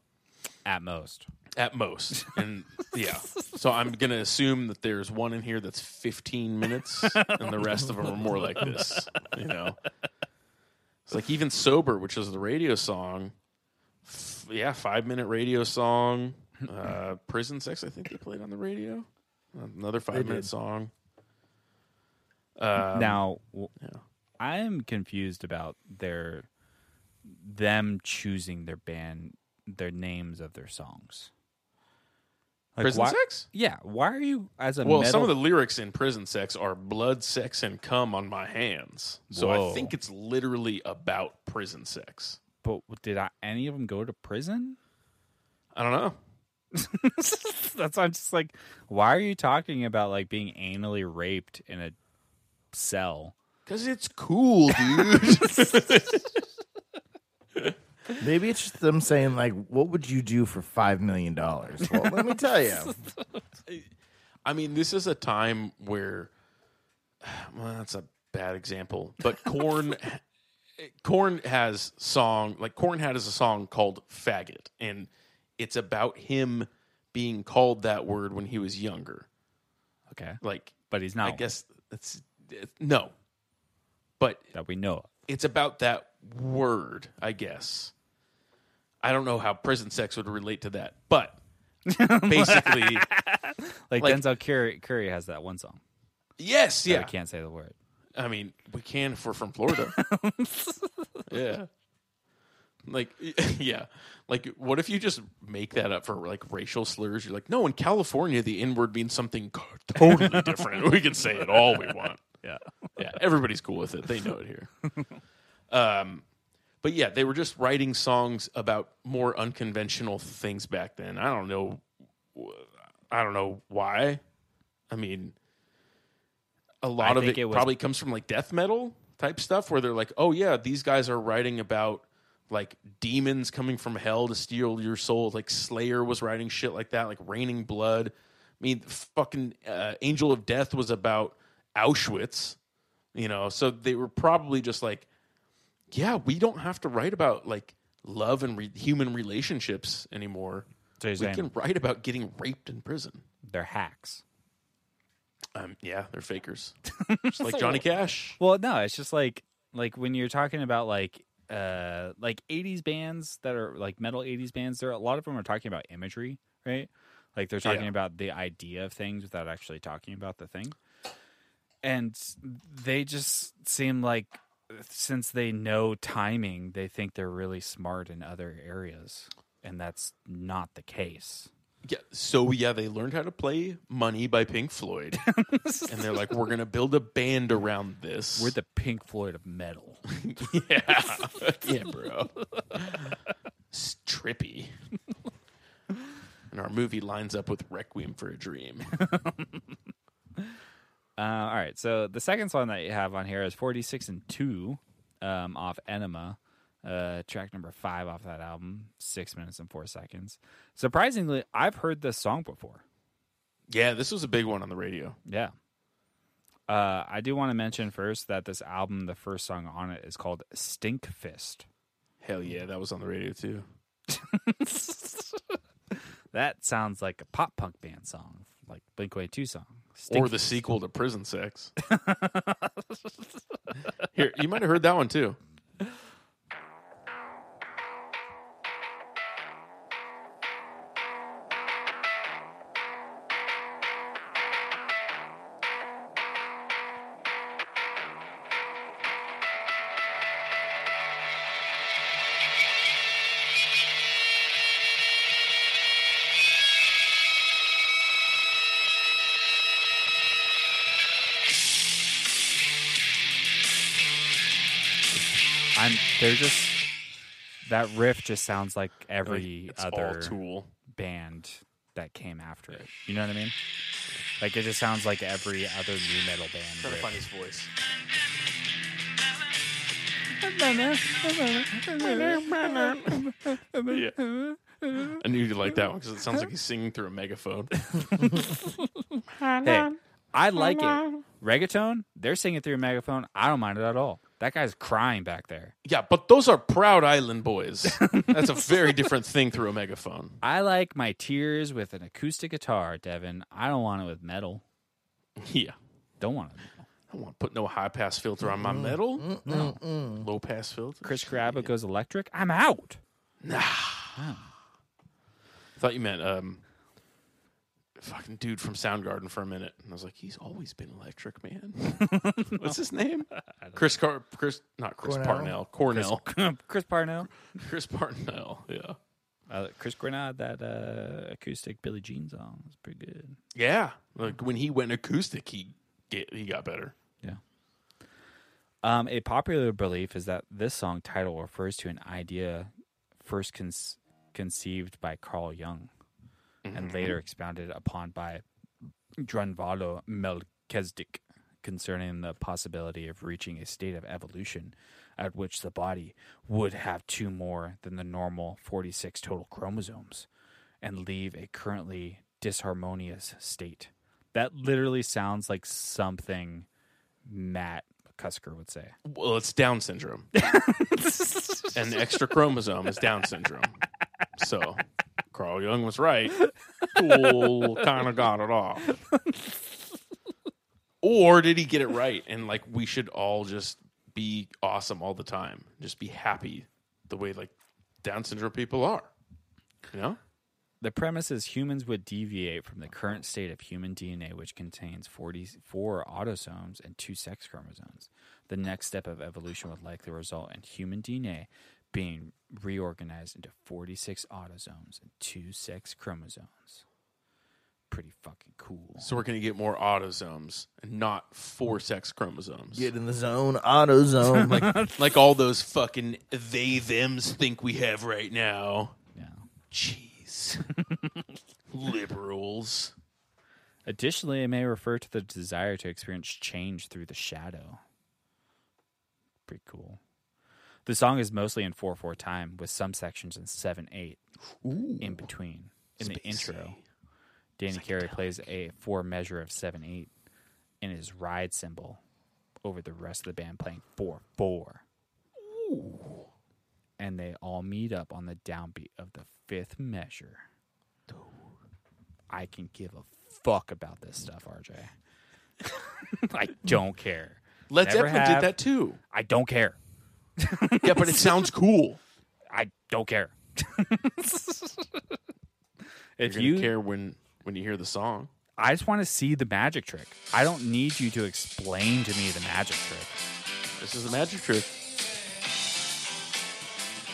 At most.
at most and yeah so i'm gonna assume that there's one in here that's 15 minutes and the rest of them are more like this you know it's like even sober which is the radio song f- yeah five minute radio song uh prison sex i think they played on the radio another five minute song uh
now, w-
yeah.
I am confused about their them choosing their band, their names of their songs. Like,
prison
why-
sex
Yeah. Why are you as a
Well,
metal-
some of the lyrics in prison sex are blood, sex, and cum on my hands. So
Whoa.
I think it's literally about prison sex.
but did I, any of them go to prison?
I don't know.
That's why I'm just like, why are you talking about like being anally raped in a cell?
Because it's cool, dude.
Maybe it's just them saying like, "What would you do for five million dollars?" Well, let me tell you.
I mean, this is a time where, well, that's a bad example, but Corn. Corn has song like Corn had is a song called "Faggot," and it's about him being called that word when he was younger.
Okay.
Like,
But he's not
I guess that's it- no, but
that we know of.
it's about that word, I guess. I don't know how prison sex would relate to that, but basically,
Like,
Like-
Denzel Curry, Curry has that one song.
yes,
Yeah.
yeah.
I can't say the word.
I mean, we can if we're from Florida. yeah. Like, yeah. Like, what if you just make that up for like racial slurs? You're like, no, in California, the N word means something co- totally different. we can say it all we want.
Yeah.
yeah, everybody's cool with it. They know it here. um, but yeah, they were just writing songs about more unconventional things back then. I don't know. I don't know why. I mean, a lot
I
of
think
it,
it was-
probably comes from like death metal type stuff, where they're like, "Oh yeah, these guys are writing about." Like demons coming from hell to steal your soul. Like Slayer was writing shit like that, like raining blood. I mean, fucking uh, Angel of Death was about Auschwitz, you know. So they were probably just like, yeah, we don't have to write about like love and re- human relationships anymore.
So you're
We
saying
can write about getting raped in prison.
they're hacks.
Um, yeah, they're fakers, just like Johnny Cash.
Well, no, it's just like like when you're talking about like uh like 80s bands that are like metal 80s bands, there a lot of them are talking about imagery, right? Like they're talking
Yeah.
about the idea of things without actually talking about the thing. And they just seem like since they know timing, they think they're really smart in other areas. And that's not the case.
Yeah. So yeah, they learned how to play "Money" by Pink Floyd, and they're like, "We're gonna build a band around this."
We're the Pink Floyd of metal.
yeah, yeah, bro. It's trippy. And our movie lines up with Requiem for a Dream.
Uh, all right. So the second song that you have on here is 46 and 2 um, off Enema, uh, track number five off that album, six minutes and four seconds. Surprisingly, I've heard this song before.
Yeah, this was a big one on the radio.
Yeah. Uh, I do want to mention first that this album, the first song on it, is called Stink Fist.
Hell yeah, that was on the radio too.
That sounds like a pop punk band song, like Blink 182 song. Stink
Or the sequel to Prison Sex. Here, you might have heard that one too.
I'm they're just that riff just sounds like every
It's all
other
Tool.
band that came after it. You know what I mean? Like it just sounds like every other new metal
Trying to
band.
find his voice. Yeah. I knew you'd like that one because it sounds like he's singing through a megaphone.
riff. Hey, I like it. Reggaeton, they're singing through a megaphone. I don't mind it at all. That guy's crying back there.
Yeah, but those are Proud Island boys. That's a very different thing through a megaphone.
I like my tears with an acoustic guitar, Devin. I don't want it with metal.
Yeah.
Don't want it. with metal.
I don't want to put no high pass filter on my metal. No. Low pass filter.
Chris Caraba goes electric. I'm out.
I thought you meant um fucking dude from Soundgarden for a minute. And I was like, he's always been electric, man. What's his name? Chris Car Chris not Chris Parnell. Cornell.
Chris Parnell.
Chris Parnell. Yeah.
Uh, Chris Grenade, that uh, acoustic Billie Jean song was pretty good.
Yeah. Like when he went acoustic, he get, he got better.
Yeah. Um, a popular belief is that this song title refers to an idea first con- conceived by Carl Jung and later expounded upon by Drunvalo Melchizedek concerning the possibility of reaching a state of evolution at which the body would have two more than the normal 46 total chromosomes and leave a currently disharmonious state. That literally sounds like something Matt Cusker would say.
Well, it's Down syndrome. and the extra chromosome is Down syndrome. So Carl Jung was right. Cool, kind of got it off. Or did he get it right? And like, we should all just be awesome all the time. Just be happy the way like Down syndrome people are. You know?
The premise is humans would deviate from the current state of human DNA, which contains 44 autosomes and two sex chromosomes. The next step of evolution would likely result in human DNA being reorganized into 46 autosomes and two sex chromosomes. Pretty fucking cool.
So we're going to get more autosomes and not four sex chromosomes.
Get in the zone, auto zone. Like,
like all those fucking they thems think we have right now.
Yeah.
Jeez. Liberals.
Additionally, it may refer to the desire to experience change through the shadow. Pretty cool. The song is mostly in 4 4 time, with some sections in 7 8 in between. In the intro, Danny Carey plays a four measure of 7 8 in his ride cymbal over the rest of the band playing 4 4. And they all meet up on the downbeat of the fifth measure. I can give a fuck about this stuff, RJ. I don't care.
Led
Never
Zeppelin
have.
did that too.
I don't care.
Yeah, but it sounds cool.
I don't care. if
You're gonna
you
care when when you hear the song.
I just want to see the magic trick. I don't need you to explain to me the magic trick.
This is a magic trick.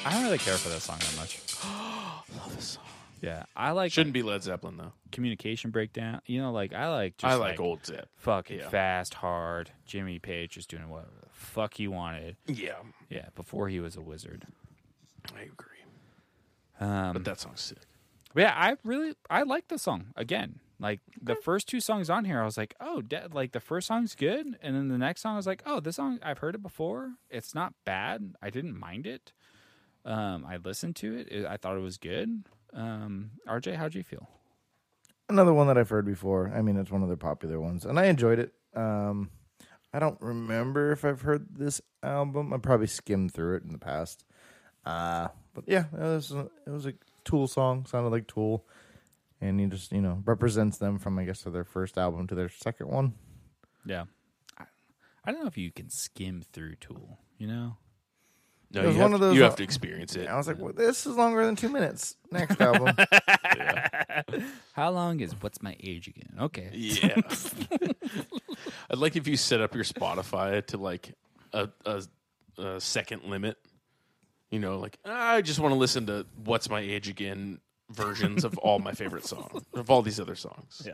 I don't really care for this song that much.
Love this song.
Yeah, I like
Shouldn't be Led Zeppelin though.
communication breakdown. You know, like I like just
I like, old Zep.
fucking
yeah.
fast, hard. Jimmy Page just doing whatever the fuck he wanted.
Yeah,
Yeah, before he was a wizard.
I agree.
Um,
But that song's sick.
But yeah, I really I like the song again. Like the first two songs on here, I was like, oh, da- like the first song's good, and then the next song I was like, oh, this song I've heard it before. It's not bad. I didn't mind it. Um, I listened to it. it I thought it was good. Um, RJ, how'd you feel?
Another one that I've heard before. I mean, it's one of their popular ones, and I enjoyed it. Um, I don't remember if I've heard this album. I probably skimmed through it in the past. Uh, but yeah, it was, a, it was a Tool song. Sounded like Tool, and he just you know represents them from I guess to their first album to their second one.
Yeah, I, I don't know if you can skim through Tool. You know,
No,
It was
you,
one
have,
of those-
you have to experience it.
And I was like, well, this is longer than two minutes. Next album.
how long is what's my age again? Okay,
Yeah. I'd like if you set up your Spotify to like a, a, a second limit. You know, like I just want to listen to "What's My Age Again" versions of all my favorite songs of all these other songs.
Yeah.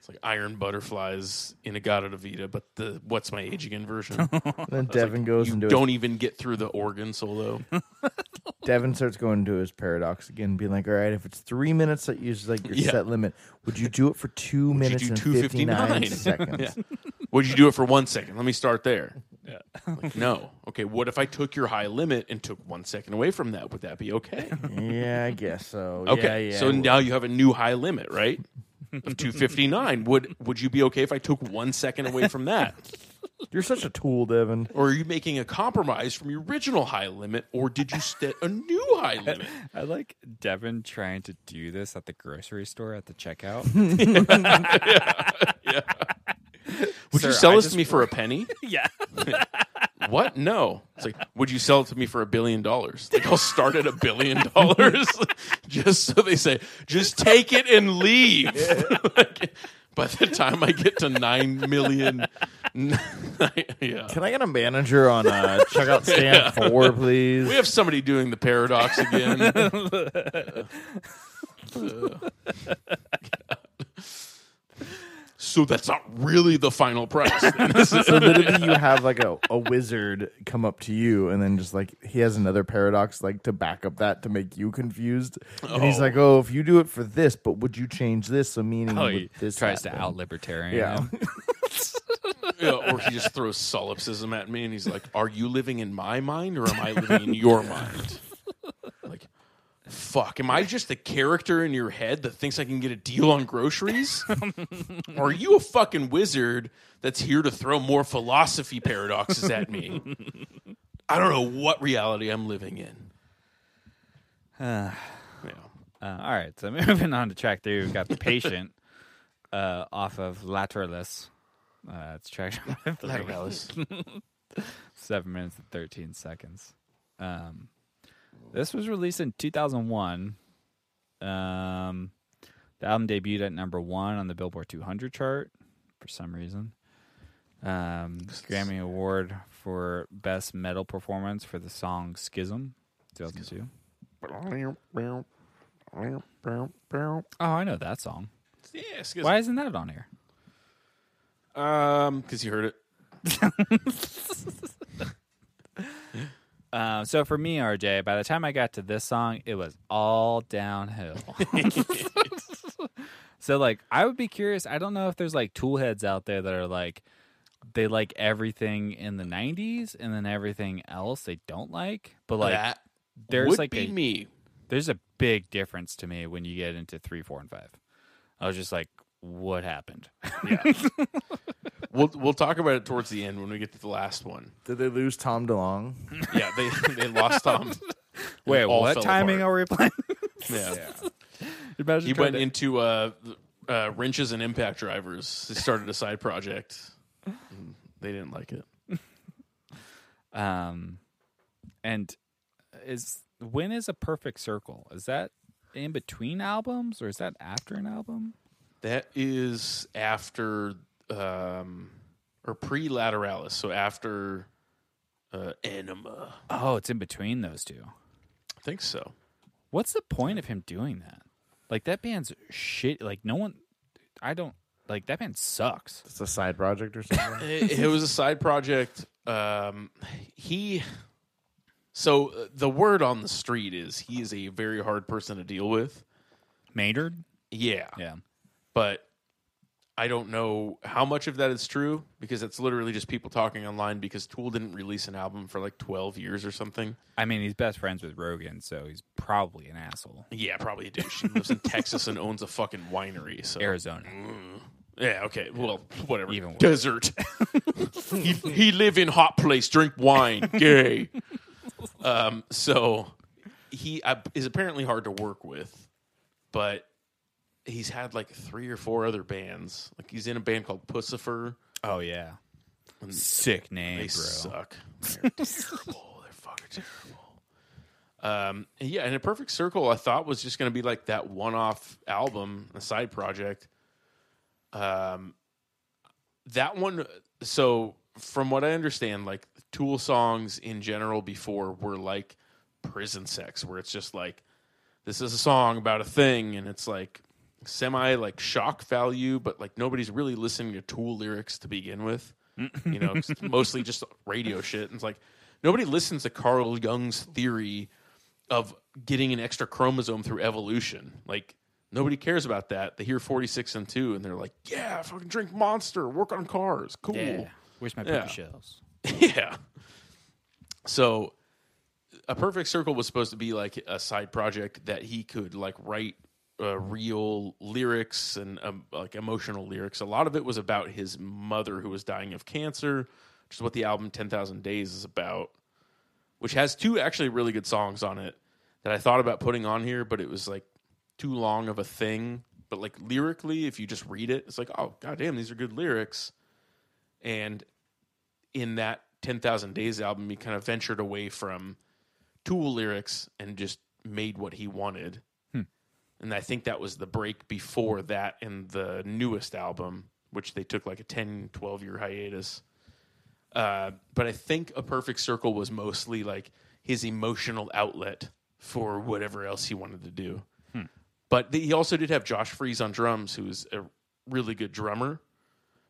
it's like Iron Butterflies, Inagata de Vita, but the "What's My Age Again" version.
And then Devin goes
you
into
don't even get through the organ solo.
his, Devin starts going into his paradox again, being like, "All right, if it's three minutes that uses like your
Yeah.
set limit, would you do it for two minutes
do
and
259?
fifty nine seconds?"
Yeah. Would you do it for one second? Let me start there. Like, no. Okay. What if I took your high limit and took one second away from that? Would that be okay?
Yeah, I guess so.
Okay.
Yeah, yeah,
so now you have a new high limit, right? Of 259. Would would you be okay if I took one second away from that?
you're such a tool, Devin.
Or are you making a compromise from your original high limit, or did you set a new high limit?
I like Devin trying to do this at the grocery store at the checkout.
Would you
Sir,
sell
I
this
just-
to me for a penny?
yeah.
What? No. It's like, would you sell it to me for a billion dollars? Like, I'll start at a billion dollars just so they say, just take it and leave. Like, by the time I get to nine million, yeah.
Can I get a manager on uh, checkout stand four, please?
We have somebody doing the paradox again. Uh, uh. so that's not really the final price. then. This is-
so literally, you have like a, a wizard come up to you, and then just like he has another paradox, like to back up that to make you confused. And he's
Oh.
like, "Oh, if you do it for this, but would you change this?" So meaning,
Oh,
would
he
this
tries to
happen?
out libertarian.
Yeah.
him.
Yeah, or he just throws solipsism at me and he's like, Are you living in my mind or am I living in your mind? Like, fuck, am I just a character in your head that thinks I can get a deal on groceries? or are you a fucking wizard that's here to throw more philosophy paradoxes at me? I don't know what reality I'm living in. yeah.
Uh, all right, so moving on to track three, we've got the patient uh, off of Lateralis. Uh, it's track number three, seven minutes and thirteen seconds. Um, this was released in two thousand one. Um, the album debuted at number one on the Billboard 200 chart for some reason. Um, Grammy Award for Best Metal Performance for the song Schism, 2002. Oh, I know that song.
Yeah,
Why isn't that on here?
Um, because you heard it.
Um, so for me, RJ, by the time I got to this song, it was all downhill. so like, I would be curious. I don't know if there's like tool heads out there that are like, they like everything in the '90s, and then everything else they don't like. But like,
that
there's
would
like
be
a-
me.
there's a big difference to me when you get into three, four, and five. I was just like, what happened?
We'll we'll talk about it towards the end when we get to the last one.
Did they lose Tom DeLong?
Yeah, they they lost Tom.
Wait,
all
what
fell
timing
apart.
are we playing?
Yeah,
Imagine
he
trying
went
to-
into uh, uh, wrenches and impact drivers. He started a side project. And They didn't like it.
Um, and is when is a perfect circle? Is that in between albums or is that after an album?
That is after um, or pre lateralis, so after uh, enema.
Oh, it's in between those two.
I think so.
What's the point of him doing that? Like that band's shit. Like no one, I don't like that band sucks.
It's a side project or something.
it, it was a side project. Um, he. So uh, the word on the street is he is a very hard person to deal with.
Maynard,
Yeah.
yeah,
But I don't know how much of that is true because it's literally just people talking online because Tool didn't release an album for like 12 years or something.
I mean, he's best friends with Rogan, so he's probably an asshole.
Yeah, probably a douche. He lives in Texas and owns a fucking winery. So
Arizona.
Yeah, okay. Well, whatever.
Even worse.
Desert. he, he live in hot place, drink wine, gay. um, so he uh, is apparently hard to work with, but he's had like three or four other bands. Like he's in a band called Pussifer.
Oh yeah, sick name,
They
bro.
suck. They're terrible. They're fucking terrible. Um, and yeah, and a perfect circle I thought was just going to be like that one-off album, a side project. Um, that one. So from what I understand, like Tool songs in general before were like prison sex, where it's just like this is a song about a thing, and it's like semi like shock value, but like nobody's really listening to Tool lyrics to begin with you know, 'cause it's mostly just radio shit. And it's like nobody listens to Carl Jung's theory of getting an extra chromosome through evolution. Like nobody cares about that. They hear forty six and two, and they're like, "Yeah, fucking drink Monster, work on cars, cool."
Yeah, where's my
Yeah.
paper shells?
yeah. So, a perfect circle was supposed to be like a side project that he could like write uh, real lyrics and um, like emotional lyrics. A lot of it was about his mother who was dying of cancer, which is what the album Ten Thousand Days is about. Which has two actually really good songs on it that I thought about putting on here, but it was like too long of a thing. But like lyrically, if you just read it, it's like, oh goddamn, these are good lyrics. And in that 10,000 Days album, he kind of ventured away from Tool lyrics and just made what he wanted. And I think that was the break before that in the newest album, which they took like a 10, 12 year hiatus. Uh, but I think A Perfect Circle was mostly like his emotional outlet for whatever else he wanted to do. But the, he also did have Josh Freeze on drums, who's a really good drummer.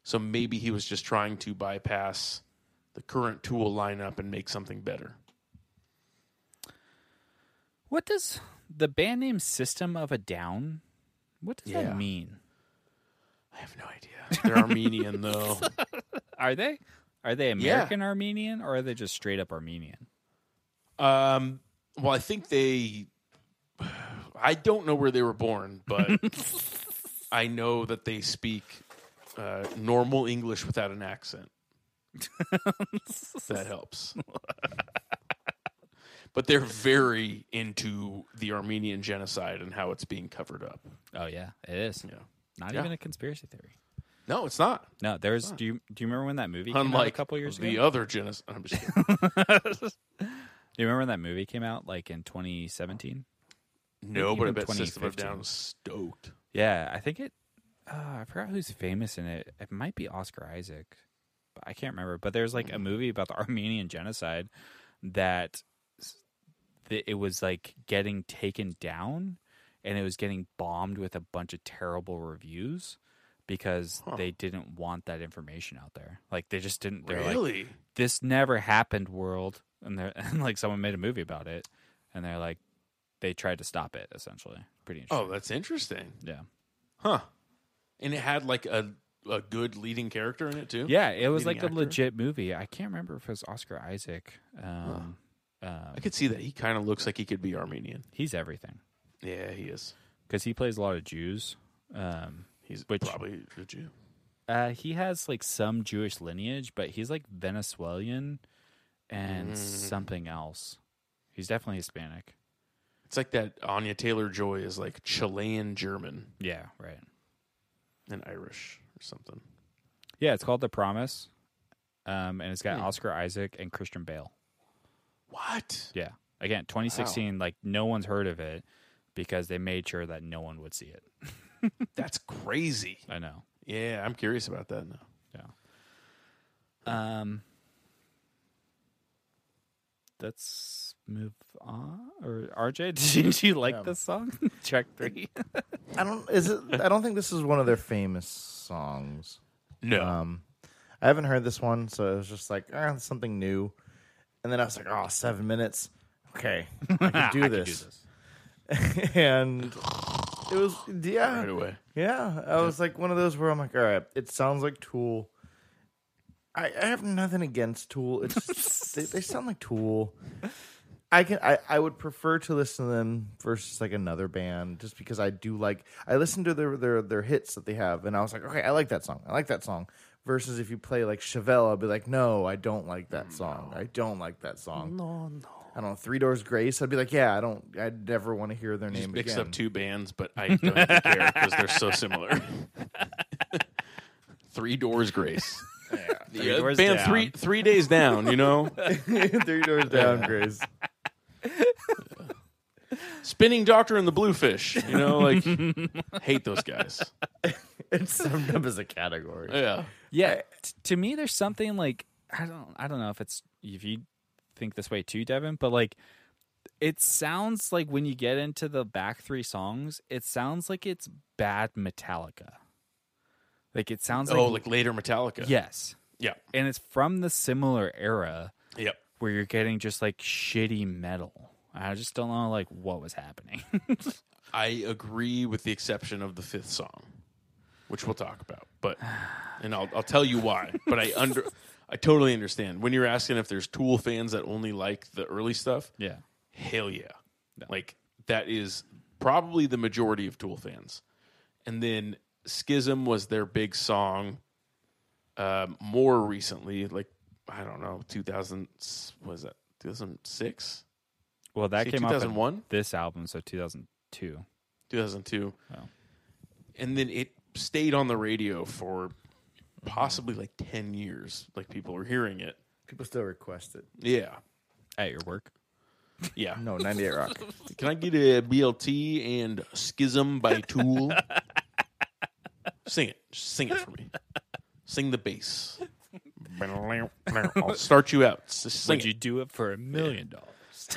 So maybe he was just trying to bypass the current Tool lineup and make something better.
What does the band name System of a Down? What does
Yeah.
that mean?
I have no idea. They're Armenian though.
Are they are they American Armenian or are they just straight up Armenian?
Um, well, I think they. I don't know where they were born, but I know that they speak uh, normal English without an accent. If that helps. but they're very into the Armenian genocide and how it's being covered up.
Oh yeah, it is.
Yeah.
Not
Yeah.
even a conspiracy theory.
No, it's not.
No, there was. Do you do you remember when that movie came out a
Unlike
couple years
the
ago?
other genocide. I'm just kidding.
do you remember when that movie came out, like in 2017?
no, but I
Even
bet System of
2015.
Down was stoked.
Yeah, I think it. Uh, I forgot who's famous in it. It might be Oscar Isaac, but I can't remember. But there's
Mm.
like a movie about the Armenian genocide that s- that it was like getting taken down, and it was getting bombed with a bunch of terrible reviews because they didn't want that information out there. Like they just didn't. They're like,
Really?
this never happened world and they and like someone made a movie about it and they're like they tried to stop it essentially pretty interesting
oh, that's interesting.
yeah
Huh. And it had like a a good leading character in it too.
yeah it was like
Leading
a
actor?
legit movie i can't remember if it was oscar isaac um,
I could see that he kind of looks like he could be Armenian.
he's everything
Yeah, he is.
because he plays a lot of jews um,
He's
Which-
probably a Jew.
uh, he has like some jewish lineage but he's like venezuelan and something else he's definitely hispanic
It's like that Anya Taylor Joy is like Chilean German
yeah right
and Irish or something.
yeah it's called the promise um, and it's got oscar isaac and christian bale
What?
Yeah. Again, 2016, like no one's heard of it, because they made sure that no one would see it.
That's crazy.
I know.
Yeah, I'm curious about that now.
Um, let's move on. Or RJ, did you, like
Um,
this song? Track three.
I don't. Is it? I don't think this is one of their famous songs.
No.
Um, I haven't heard this one, so it was just like, eh, it's something new. And then I was like, oh, seven minutes. Okay, I can do, this. and it was yeah,
right away.
yeah. I was like one of those where I'm like, all right, it sounds like Tool. I, I have nothing against Tool. It's just, they, they sound like Tool. I can I, I would prefer to listen to them versus like another band just because I do like I listened to their their their hits that they have and I was like okay I like that song I like that song versus if you play like Chevelle I'll be like no I don't like that song I don't like that song
No, no.
I don't know Three Doors Grace I'd be like yeah I don't I never want to hear their
Just
name
mixed
again
up two bands, but I don't even care because they're so similar. Three Doors Grace.
Three Doors
uh, band
Down.
three three days down. You know,
Three Doors Down Grace
Spinning Doctor and the Bluefish. You know, like hate those guys.
it's summed up as a category
Yeah,
Yeah. t- to me, there's something like I don't I don't know if it's if you think this way too, Devin, but like it sounds like when you get into the back three songs, it sounds like it's bad Metallica. Like it sounds
oh,
like
like later Metallica.
yes,
yeah,
and it's from the similar era.
yep.
where you're getting just like shitty metal. I just don't know like what was happening.
I agree, with the exception of the fifth song, which we'll talk about. But and I'll I'll tell you why. But I under I totally understand when you're asking if there's Tool fans that only like the early stuff.
yeah.
Hell yeah. Like that is probably the majority of Tool fans. And then Schism was their big song uh, more recently, like I don't know, 2000 was that 2006?
Well, that
See,
came out off of
2001?
this album, so 2002.
2002. And then it stayed on the radio for possibly like 10 years. Like people were hearing it.
people still request it
Yeah.
At your work.
Yeah.
no 98 Rock
Can I get a BLT and Schism by Tool? Sing it. Just Sing it for me. Sing the bass. I'll start you out. S- Sing
Would you do it for a million dollars?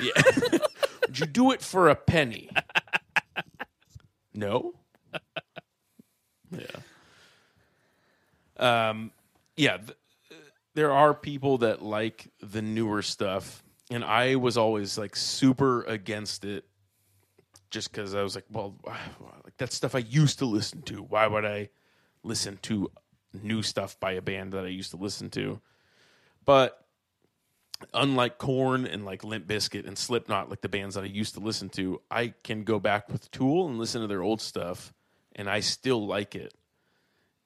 it. Yeah. Would you do it for a penny? No. Yeah. Um. Yeah. th- there are people that like the newer stuff, and I was always like super against it, just because I was like, well, like that's stuff I used to listen to. Why would I listen to new stuff by a band that I used to listen to? But unlike Korn and like Limp Bizkit and Slipknot, like the bands that I used to listen to, I can go back with Tool and listen to their old stuff, and I still like it.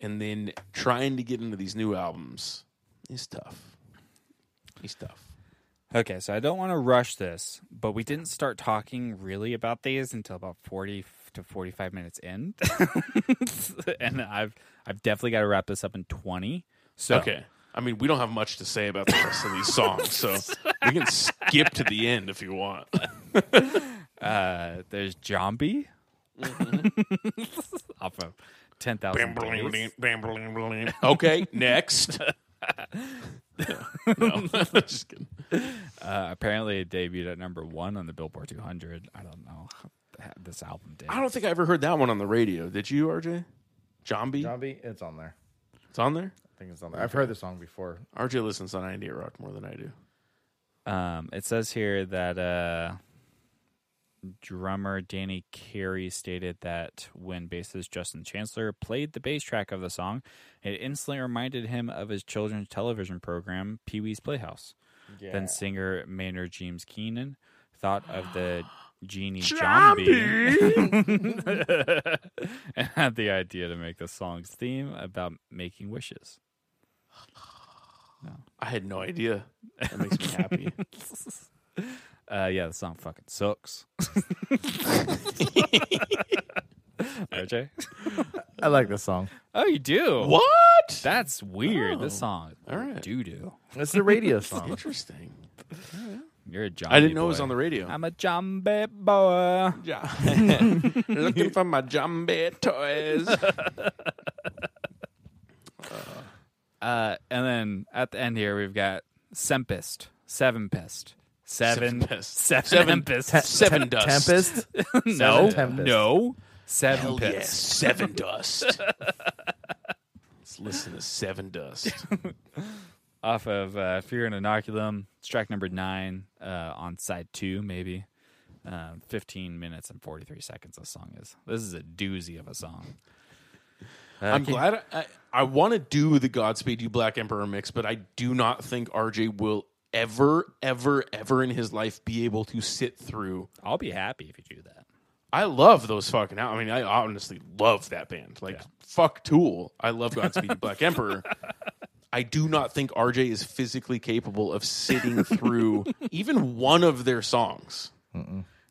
And then trying to get into these new albums is tough. He's tough.
Okay, so I don't want to rush this, but we didn't start talking really about these until about 40 to 45 minutes in. and I've I've definitely got to wrap this up in 20. So
Okay. I mean, we don't have much to say about the rest of these songs, so we can skip to the end if you want.
uh, there's Zombie Mm-hmm. off of 10,000 Days.
okay, next. no, just kidding.
Uh, apparently, it debuted at number one on the Billboard 200. I don't know how th- this album did.
I don't think I ever heard that one on the radio. Did you, RJ? Zombie?
Zombie, it's on there.
It's on there?
I think it's on there. I've heard the song before.
RJ listens on 98 Rock more than I do.
Um, it says here that uh, drummer Danny Carey stated that when bassist Justin Chancellor played the bass track of the song, it instantly reminded him of his children's television program, Pee Wee's Playhouse. Then singer Maynard James Keenan thought of the genie Zombie. and had the idea to make the song's theme about making wishes.
I had no idea. That makes me happy.
Uh, yeah, the song fucking sucks. RJ?
I like this song.
Oh, you do?
what? Oh.
That's weird. This song.
All right.
Doo doo.
It's the radio song.
Interesting.
You're a John.
I didn't know it was on the radio.
I'm a Jambe boy.
Looking for my Jambe toys.
Uh, and then at the end here, we've got Sempist, Seven Pist, Seven
Sevenpist.
Seven,
Seven-
Pist.
Seven dust.
Tempest.
No,
Tempest.
no, Seven
Hell
Pist.
yes, Seven Dust. Let's listen to Seven Dust.
Off of uh, Fear and Inoculum. It's track number nine uh, on side two, maybe. Um, 15 minutes and 43 seconds. This song is. This is a doozy of a song.
I'm glad I, I want to do the Godspeed You Black Emperor mix, but I do not think RJ will ever, ever, ever in his life be able to sit through.
I'll be happy if you do that.
I love those fucking. I mean, I honestly love that band. Like, fuck Tool. I love Godspeed You Black Emperor. I do not think RJ is physically capable of sitting through even one of their songs. I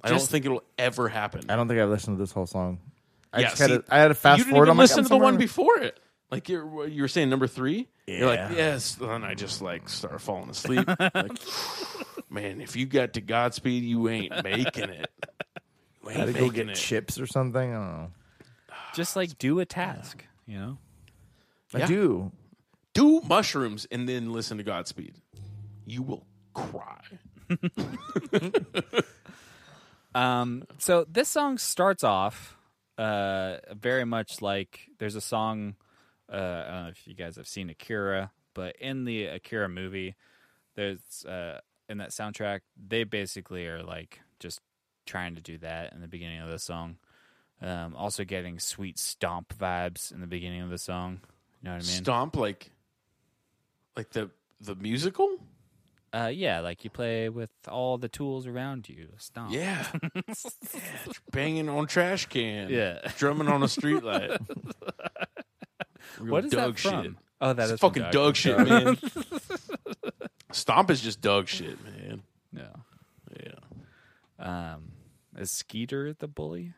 don't think it'll ever happen.
I don't think I listened to this whole song. I
Yeah,
just had
see,
to, I had to fast
you didn't
forward.
even
I'm like,
listen
I'm
to the one
somewhere-
before it. Like you're you were saying number three. You're like
Yeah.
yes, and I just like start falling asleep. like man, if you got to Godspeed, you ain't making it. You ain't
I had to go
making
get
it.
chips or something. I don't know.
Just like do a task, you know?
Yeah.
I do.
Do mushrooms and then listen to Godspeed. You will cry.
Um, so this song starts off uh, very much like there's a song. Uh, I don't know if you guys have seen Akira, but in the Akira movie, there's uh, in that soundtrack, they basically are like just trying to do that in the beginning of the song. Um, also getting sweet stomp vibes in the beginning of the song. You know what I mean?
Stomp like like the the musical.
Uh, yeah, like you play with all the tools around you. Stomp.
Yeah, banging on trash can.
Yeah.
drumming on a streetlight. Real
What is
Doug
that from?
Shit.
Oh, that is
That's
from
fucking Doug,
Doug
shit, man. Stomp is just Doug shit, man.
No.
Yeah.
Um, is Skeeter the bully?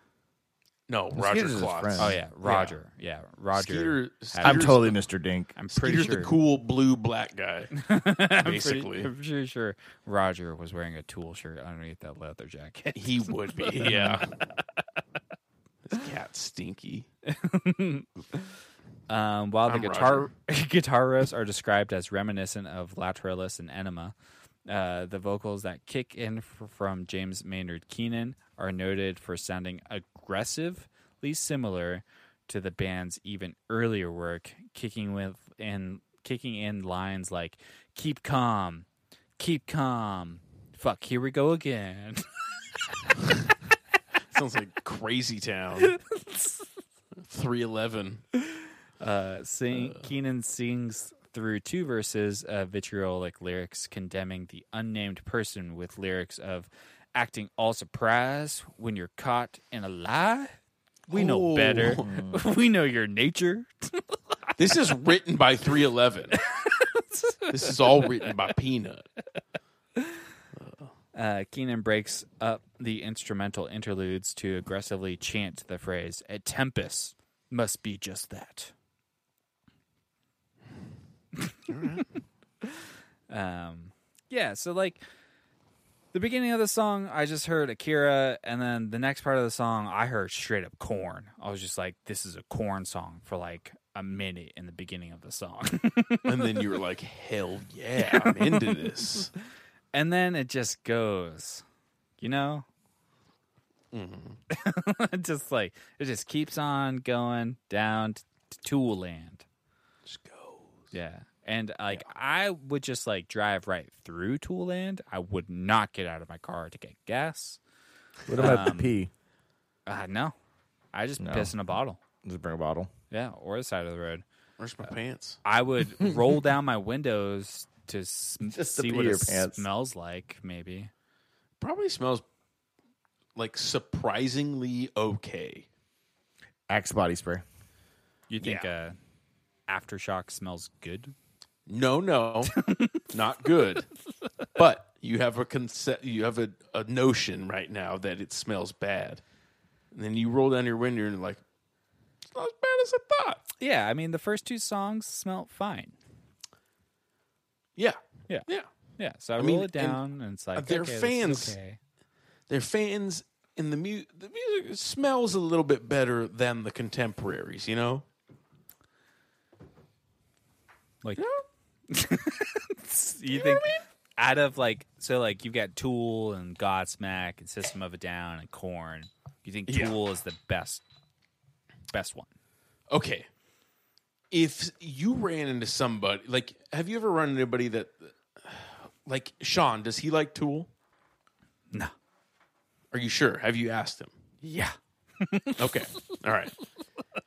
No,
Skeeter's
Roger
his
Klotz.
friend.
Oh yeah, Roger. Yeah, Roger.
Skeeter,
I'm
Skeeter's-
totally Mr. Dink.
I'm pretty
Skeeter's
sure.
the cool blue black guy.
I'm pretty-
basically.
I'm pretty sure Roger was wearing a tool shirt underneath that leather jacket.
he would be. Yeah. This cat's stinky.
Um, while the
I'm
guitar guitar riffs are described as reminiscent of Lateralis and Enema, uh, the vocals that kick in f- from James Maynard Keenan are noted for sounding aggressively similar to the band's even earlier work, kicking with and kicking in lines like "Keep calm, keep calm, fuck, here we go again."
Sounds like Crazy Town. 311.
Uh, sing, Keenan sings through two verses of vitriolic lyrics condemning the unnamed person with lyrics of acting all surprise when you're caught in a lie. We know
Ooh.
better. we know your nature.
This is written by 311. this is all written by Peanut.
Uh, Keenan breaks up the instrumental interludes to aggressively chant the phrase, A tempest must be just that. um, yeah, so like the beginning of the song, I just heard Akira, and then the next part of the song, I heard straight up corn. I was just like, this is a corn song for like a minute in the beginning of the song.
And then you were like, hell yeah, I'm into this.
and then it just goes, you know.
Mm-hmm.
just like it just keeps on going down t- to Tool Land.
Just goes.
Yeah, and like I would just like drive right through Tool Land. I would not get out of my car to get gas.
What about
Um,
the pee?
Uh, no, I just piss in a bottle.
Just bring a bottle.
Yeah, or the side of the road.
Where's my pants?
I would roll down my windows to sm-
Just to
see
pee
what
your
it
pants.
smells like. Maybe.
Probably smells like surprisingly okay.
Axe body spray.
You think
Yeah.
uh, aftershock smells good?
No, no, not good. But you have a concept, you have a, a notion right now that it smells bad. And then you roll down your window and you're like, it's not as bad as I thought.
Yeah, I mean the first two songs smelt fine.
Yeah.
Yeah.
Yeah.
Yeah, so I,
mean,
roll it
and
down, and it's like
they're
okay, this is
fans.
okay.
They're fans, and the, mu- the music smells a little bit better than the contemporaries, you know?
Like, you think out of like so like you've got Tool and Godsmack and System of a Down and Corn. You think
Yeah.
Tool is the best, best one?
Okay. If you ran into somebody, like, have you ever run into anybody that, like, Sean, does he like Tool?
No.
Are you sure? Have you asked him?
Yeah,
Okay. All right.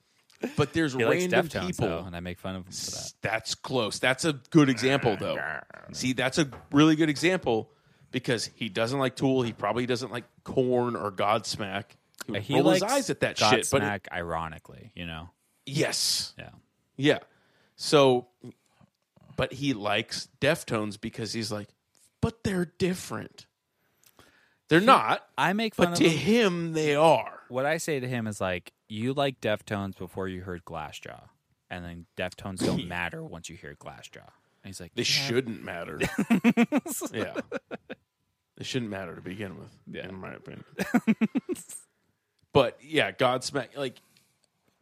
But there's
he likes
random
Deftones
people.
though, and I make fun of him for that. Ah,
That's close. That's a good example, though. See, that's a really good example because he doesn't like Tool. He probably doesn't like Corn or Godsmack. He would
He
roll
likes
his eyes at that shit. But
Godsmack, ironically, you know.
yes,
Yeah.
yeah. So, but he likes Deftones because he's like, but they're different. They're not,
I make fun
but
of
to
him.
him they are.
What I say to him is like, you like Deftones before you heard Glassjaw, and then Deftones don't matter once you hear Glassjaw. And he's like,
They
"Yeah,
shouldn't matter. yeah. They shouldn't matter to begin with,
Yeah.
in my opinion. but yeah, Godsmack, like,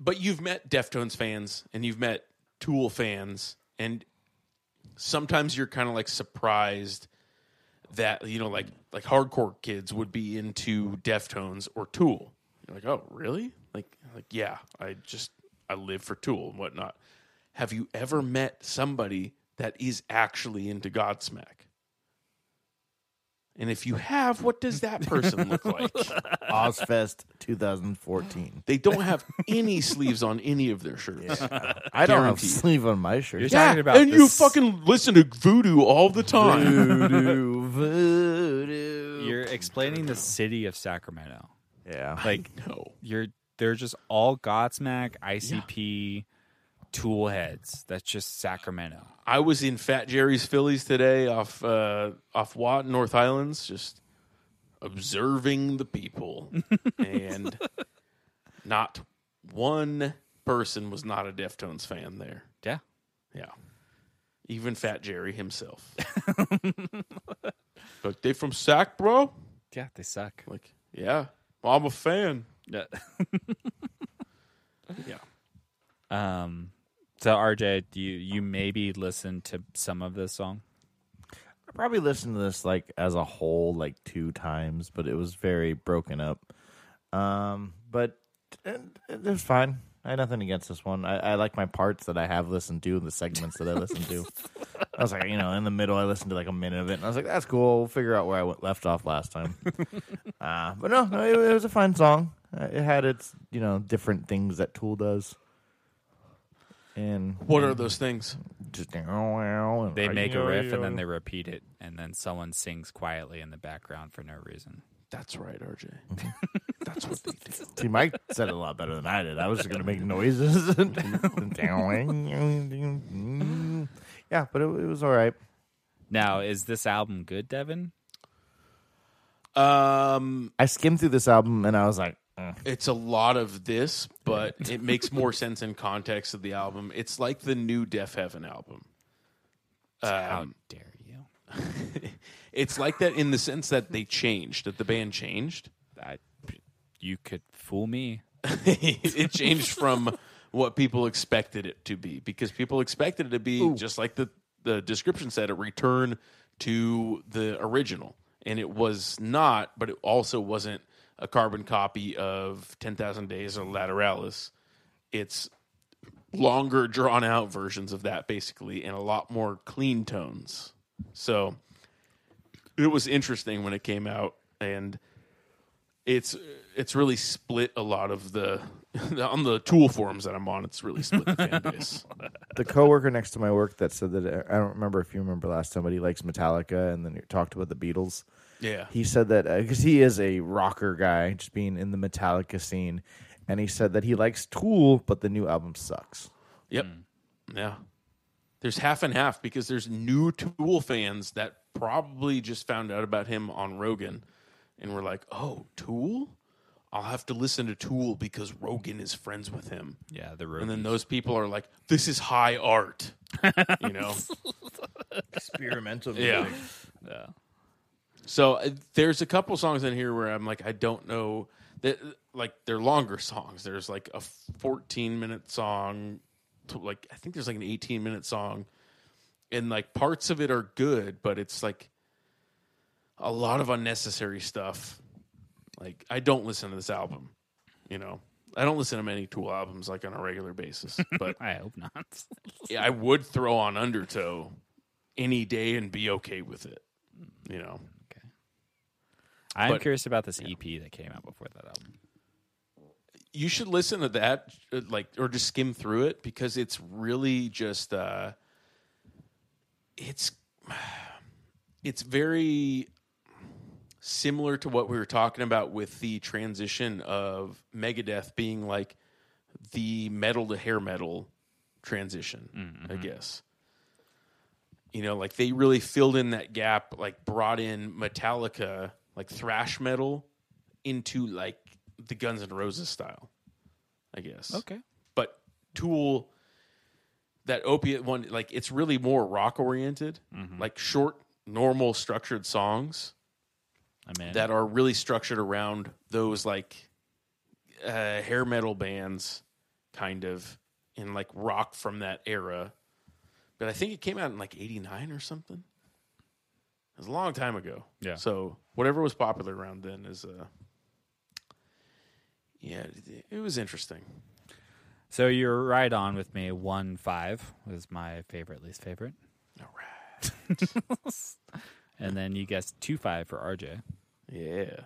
but you've met Deftones fans and you've met Tool fans, and sometimes you're kind of like surprised that, you know, like, like hardcore kids would be into Deftones or Tool. You're like, oh, really? Like, like, yeah, I just, I live for Tool and whatnot have you ever met somebody that is actually into Godsmack? And if you have, what does that person look like?
Ozfest 2014.
They don't have any sleeves on any of their shirts.
I don't have
Guaranteed.
sleeve on my shirt.
You're
Yeah,
talking about
and you
this-
fucking listen to voodoo all the time.
Voodoo, voodoo.
You're explaining the city of Sacramento.
yeah.
Like
no.
you're they're just all Godsmack, ICP, tool heads. That's just Sacramento.
I was in Fat Jerry's Phillies today off uh, off Watt North Islands, just observing the people, and not one person was not a Deftones fan there.
Yeah.
Yeah, even Fat Jerry himself. like they from Sac, bro.
Yeah, they suck.
Like, yeah, well, I'm a fan.
Yeah.
Yeah,
um so RJ, do you you maybe listen to some of this song?
I probably listened to this like as a whole like two times, but it was very broken up. Um, but it, it was fine. I had nothing against this one. I, I like my parts that I have listened to and the segments that I listened to. I was like, you know, in the middle, I listened to like a minute of it, and I was like, that's cool. We'll figure out where I went left off last time. uh, but no, no, it, it was a fine song. Uh, It had its, you know, different things that Tool does. And
what are those things?
just and
They make a riff and then they repeat it and then someone sings quietly in the background for no reason.
That's right, RJ. That's what they do.
See, Mike said it a lot better than I did. I was just gonna make noises. yeah, but it, it was all right.
Now, is this album good, Devin?
Um,
I skimmed through this album and I was like, eh.
it's a lot of this, but it makes more sense in context of the album. It's like the new Def Heaven album.
How
Um,
dare you?
it's like that in the sense that they changed, that the band changed.
I, you could fool me.
it changed from what people expected it to be because people expected it to be just like the, the description said a return to the original and it was not but it also wasn't a carbon copy of 10,000 days or lateralis it's longer drawn out versions of that basically and a lot more clean tones so it was interesting when it came out and it's it's really split a lot of the on the tool forums that I'm on. It's really split the fan base.
the coworker next to my work that said that I don't remember if you remember last time, but he likes Metallica, and then you talked about the Beatles.
Yeah,
He said that because he is a rocker guy, just being in the Metallica scene, and he said that he likes Tool, but the new album sucks.
yep, yeah. There's half and half because there's new Tool fans that probably just found out about him on Rogan, and were like, "Oh, Tool." I'll have to listen to Tool because Rogan is friends with him.
Yeah, the road.
And then those people are like, this is high art. You know?
Experimental.
yeah.
Yeah.
So uh, there's a couple songs in here where I'm like, I don't know. That, like, they're longer songs. There's like a 14 minute song, to like, I think there's like an 18 minute song. And like parts of it are good, but it's like a lot of unnecessary stuff. Like, I don't listen to this album, you know? I don't listen to many Tool albums like on a regular basis, but
I hope not.
yeah, I would throw on Undertow any day and be okay with it. You know,
I'm
But-
curious about this EP that came out before that album.
you should listen to that, uh, like, or just skim through it because it's really just, uh, it's, it's very similar to what we were talking about with the transition of Megadeth being like the metal to hair metal transition, I guess. You know, like they really filled in that gap, like brought in Metallica, like thrash metal, into like the Guns N' Roses style, I guess. But Tool, that opiate one, like it's really more rock oriented, like short, normal, structured songs
I'm in.
that are really structured around those like uh, hair metal bands, kind of, and like rock from that era. But I think it came out in like '89 or something. It was a long time ago.
Yeah.
So whatever was popular around then is, uh, yeah, it- it was interesting.
so you're right on with me. One five was my favorite, least favorite,
All right.
and then you guessed two five for RJ.
Yeah.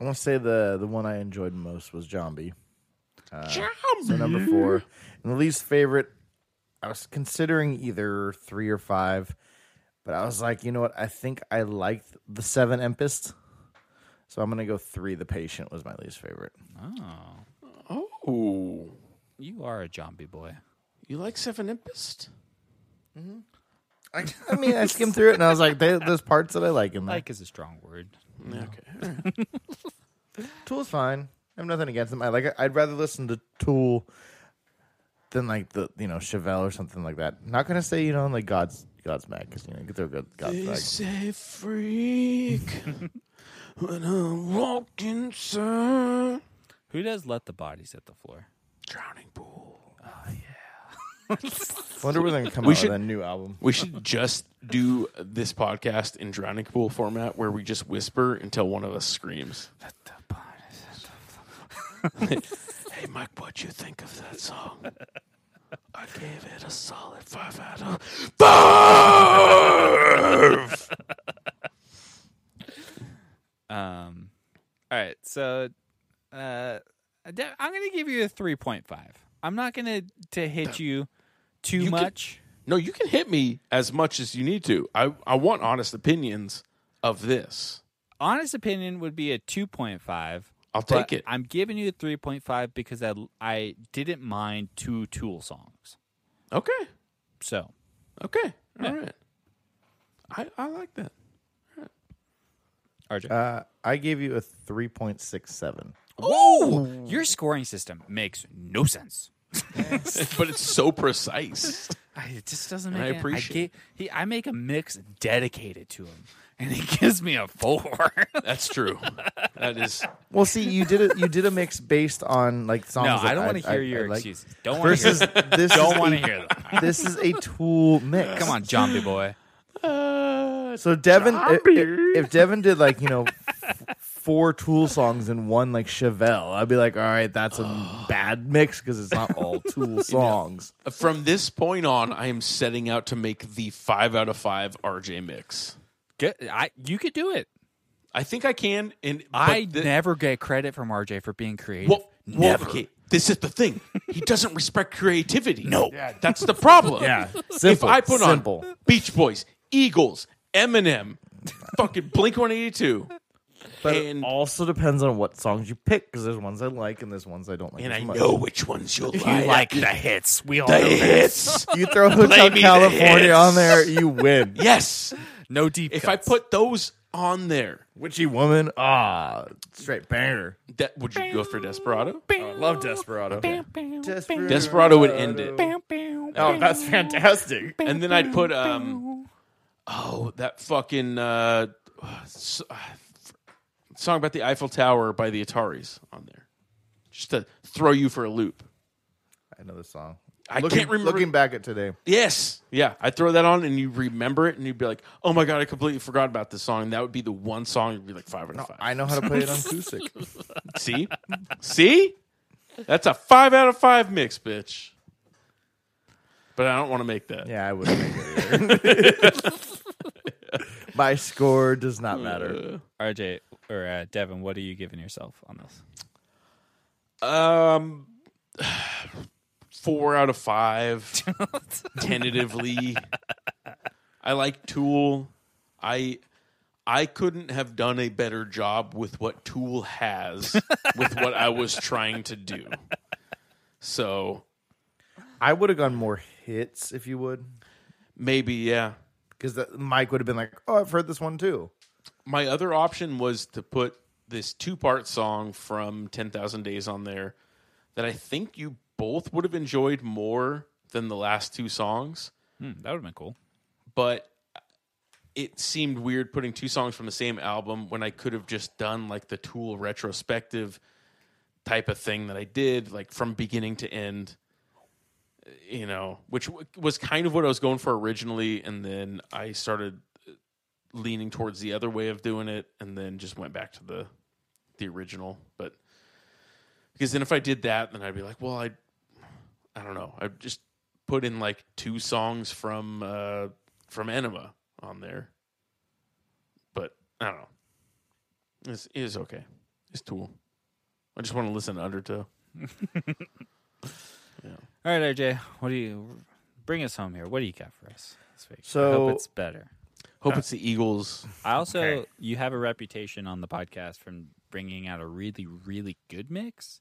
I want to say the the one I enjoyed most was Jambi. So number four, and the least favorite, I was considering either three or five, but I was like, you know what? I think I liked the seven Empist, so I'm gonna go three. The Patient was my least favorite.
Oh,
Oh,
you are a zombie boy.
you like Seven Impist?
I, I mean, I skimmed through it and I was like, they, there's parts that I like in there.
Like is a strong word.
Okay.
Tool's fine. I have nothing against them. I like. I'd rather listen to Tool than like the you know Chevelle or something like that. Not gonna say you know like God's Godsmack because you know you could throw God,
They
Godsmack.
say freak when I walk inside.
Who does let the bodies hit the floor?
Drowning pool.
Wonder when they come
We
out
should-
with a new album.
We should just do this podcast in drowning pool format where we just whisper until one of us screams. hey, Mike, what you think of that song? I gave it a solid five out of five.
Um, all right, so uh, I de- I'm gonna give you a three point five. I'm not gonna to hit you too
You can-
much.
No, you can hit me as much as you need to. I, I want honest opinions of this.
Honest opinion would be a two point five.
I'll
but
take it.
I'm giving you a three point five because I I didn't mind two Tool songs.
Okay.
So
Okay. All right. I, I like that.
RJ,
Uh, I gave you a three point six seven.
whoa, your scoring system makes no sense.
but it's so precise.
I, it just doesn't make.
And I
any-
appreciate
ga- he, I make a mix dedicated to him, and he gives me a four.
That's true. That is
Well, see, you did a you did a mix based on like songs.
no,
that
I don't want
I
to hear your
like.
excuses. Don't want to hear.
Versus
Them.
this
Don't
is
want
a-
to hear them.
This is a Tool mix.
Come on, zombie boy.
So Devin, i- i- if, Devin did like you know f- four Tool songs and one like Chevelle, I'd be like, all right, that's a bad mix because it's not all Tool songs.
from this point on. I am setting out to make the five out of five RJ mix.
Get, I, you could do it.
I think I can. And but
I
thi-
never get credit from RJ for being creative.
Well, well,
never.
okay, This is the thing. He doesn't respect creativity. No, that's the problem.
Yeah.
if
Simple,
I put on
simple.
Beach Boys, Eagles, Eminem, fucking Blink One Eighty Two,
But
And-
it also depends on what songs you pick because there's ones I like and there's ones I don't like.
and
as
I
much.
know which ones you'll
You
like.
like the hits. We all
the
know that.
hits.
You throw
Play
Hotel
me the
California
hits.
on there, you win.
yes.
No deep.
If I
cuts.
put those on there.
Witchy woman, ah, straight banger.
That would you go for Desperado?
Oh, I love Desperado. Desperado.
Desperado would end it.
Oh, that's fantastic.
And then I'd put um oh, that fucking uh, s- uh, song about the Eiffel Tower by the Ataris on there. Just to throw you for a loop.
I know this song.
I
looking,
can't remember
Looking back at today,
Yes. Yeah. I throw that on and you remember it and you'd be like, oh my God, I completely forgot about this song. And that would be the one song you'd be like five out of five.
I know how to play it on acoustic.
See? See? That's a five out of five mix, bitch. But I don't want to make that.
yeah, I wouldn't make it either. My score does not matter.
RJ or uh, Devin, what are you giving yourself on this?
Um, four out of five, tentatively. I like Tool. I I couldn't have done a better job with what Tool has with what I was trying to do. So
I would have gone more hits if you would,
maybe yeah.
because Mike would have been like, "Oh, I've heard this one too."
My other option was to put this two part song from Ten Thousand Days on there that I think you both would have enjoyed more than the last two songs.
Hmm, that would have been cool.
but it seemed weird putting two songs from the same album when I could have just done like the Tool retrospective type of thing that I did, like from beginning to end, you know, which w- was kind of what I was going for originally. And then I started uh, leaning towards the other way of doing it and then just went back to the the original but because then if i did that then i'd be like well i i don't know i just put in like two songs from uh from enema on there but i don't know it's, it is okay it's tool i just want to listen to undertow
All right, RJ, what do you bring us home here? What do you got for us this week? I
So-
hope it's better.
hope it's the eagles
I also,
Okay.
you have a reputation on the podcast from bringing out a really, really good mix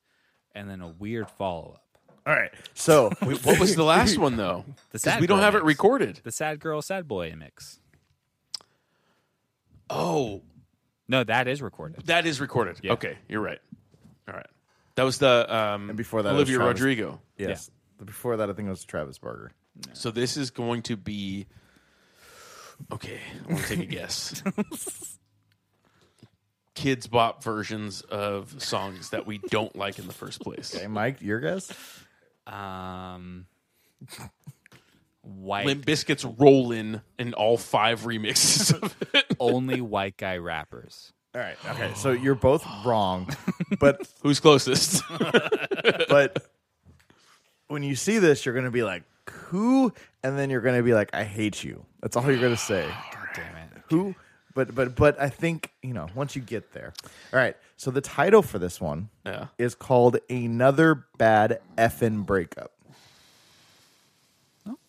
and then a weird follow up.
All right, so
Wait, what was the last one though
The
because
sad
we don't
girl
have it
mix.
recorded
The sad girl, sad boy mix.
oh
No, that is recorded.
That is recorded. Okay, you're right. All right. That was the um,
And before that, it was
Olivia
Travis.
Rodrigo.
yes, before that, I think it was Travis Barker.
So this is going to be okay. I want to take a guess. Kids bop versions of songs that we don't like in the first place.
Hey, Mike, your guess?
Um, white,
Limp Biscuits rolling in all five remixes of it.
only white guy rappers.
All right, okay, so you're both wrong, but
Who's closest?
but when you see this, you're gonna be like, "Who?" And then you're gonna be like, "I hate you." That's all you're gonna say.
Damn it.
Who? But but but I think you know once you get there. All right, so the title for this one
Yeah.
is called "Another Bad Effin' Breakup."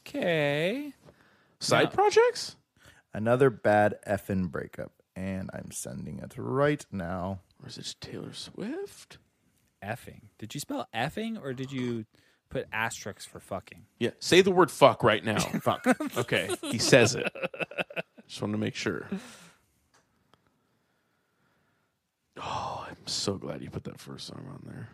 Okay.
Side projects?
Another bad effin' breakup, and I'm sending it right now.
Or is it just Taylor Swift?
Effing. Did you spell effing or did you put asterisks for fucking?
Yeah. Say the word fuck right now.
Fuck.
Okay, he says it. Just wanted to make sure. Oh, I'm so glad you put that first song on there.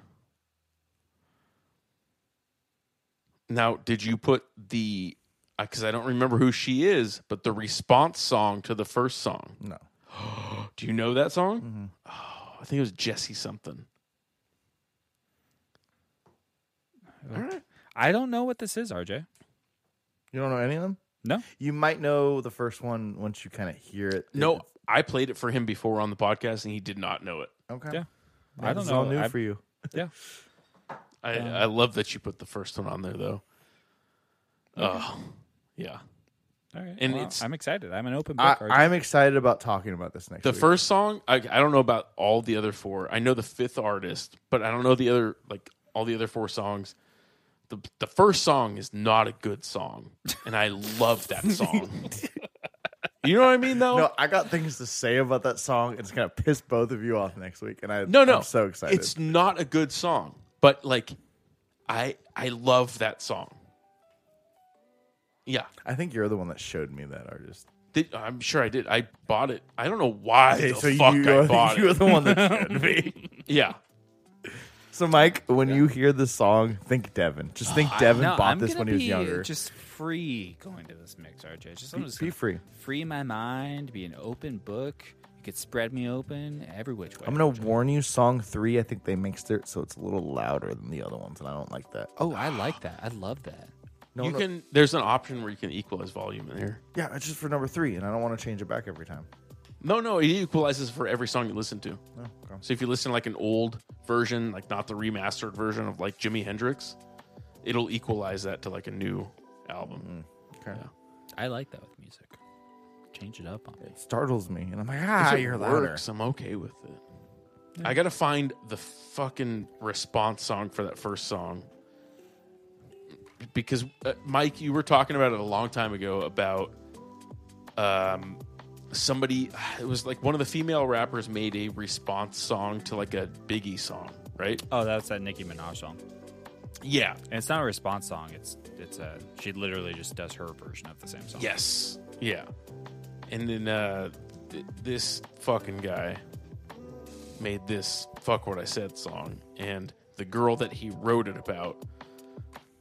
Now, did you put the? Because I don't remember who she is, but the response song to the first song.
No.
Do you know that song? Oh, I think it was Jesse something. All right.
I don't know what this is, RJ.
You don't know any of them?
No.
You might know the first one once you kind of hear it.
No, I played it for him before on the podcast, and he did not know it.
Okay.
Yeah.
I
I
don't
don't
know. All
know.
new
I-
for you.
Yeah.
I, I love that you put the first one on there though. Oh, yeah.
All right.
And
Well,
it's-
I'm excited. I'm an open
I,
book. RJ.
I'm excited about talking about this next.
The
week.
first song, I, I don't know about all the other four. I know the fifth artist, but I don't know the other like all the other four songs. The the first song is not a good song, and I love that song. you know what I mean though?
No, I got things to say about that song. It's gonna piss both of you off next week, and I
no, no.
I'm so excited.
It's not a good song, but like I I love that song. Yeah.
I think you're the one that showed me that artist.
Did, I'm sure I did. I bought it. I don't know why the
so
fuck
you,
I
are,
bought
you are
it.
the one that should be.
Yeah.
So, Mike, when you hear this song, think Devin. Just think
Uh,
Devin
no,
bought
I'm
this
gonna
when he was
be
younger.
Just free going to this mix, RJ. Just, I'm
Be-
just
be
gonna
free.
free my mind, be an open book. You could spread me open every which way.
I'm gonna warn you. Song three, I think they mixed it so it's a little louder than the other ones, and I don't like that.
Oh, I like that. I love that.
No,
you
no,
can. There's an option where you can equalize volume in here.
yeah, it's just for number three, and I don't want to change it back every time.
No, no, it equalizes for every song you listen to.
No, okay.
So if you listen to like an old version, like not the remastered version of like Jimi Hendrix, it'll equalize that to like a new album.
okay.
I like that with music. Change it up on me.
It startles me, and I'm like, ah,
If it
you're louder.
works, I'm okay with it. I gotta find the fucking response song for that first song because uh, Mike, you were talking about it a long time ago about um somebody. It was like one of the female rappers made a response song to like a Biggie song, right?
Oh, that's that Nicki Minaj song.
Yeah.
And it's not a response song. It's it's a she literally just does her version of the same song.
Yes. Yeah. And then uh, th- this fucking guy made this fuck what I said song, and the girl that he wrote it about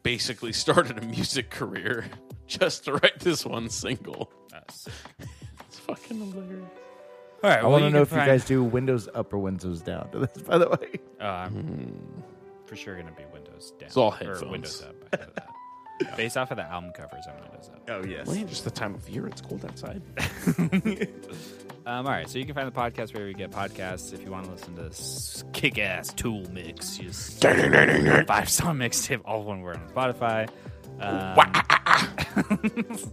basically started a music career just to write this one single.
Yes.
It's fucking hilarious.
All right.
I want to know if you guys do Windows up or Windows down to this. By the way,
Um, For sure, going to be Windows down.
all
Or
headphones.
Windows up. I know that. Based off of the album covers, I'm Windows up.
oh yes,
Man, just the time of year. It's cold outside.
Um, all right, so you can find the podcast wherever you get podcasts. If you want to listen to this kick-ass Tool mix, just five song mixtape, all one word on Spotify. Um,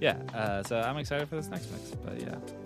yeah, uh, so I'm excited for this next mix, but yeah.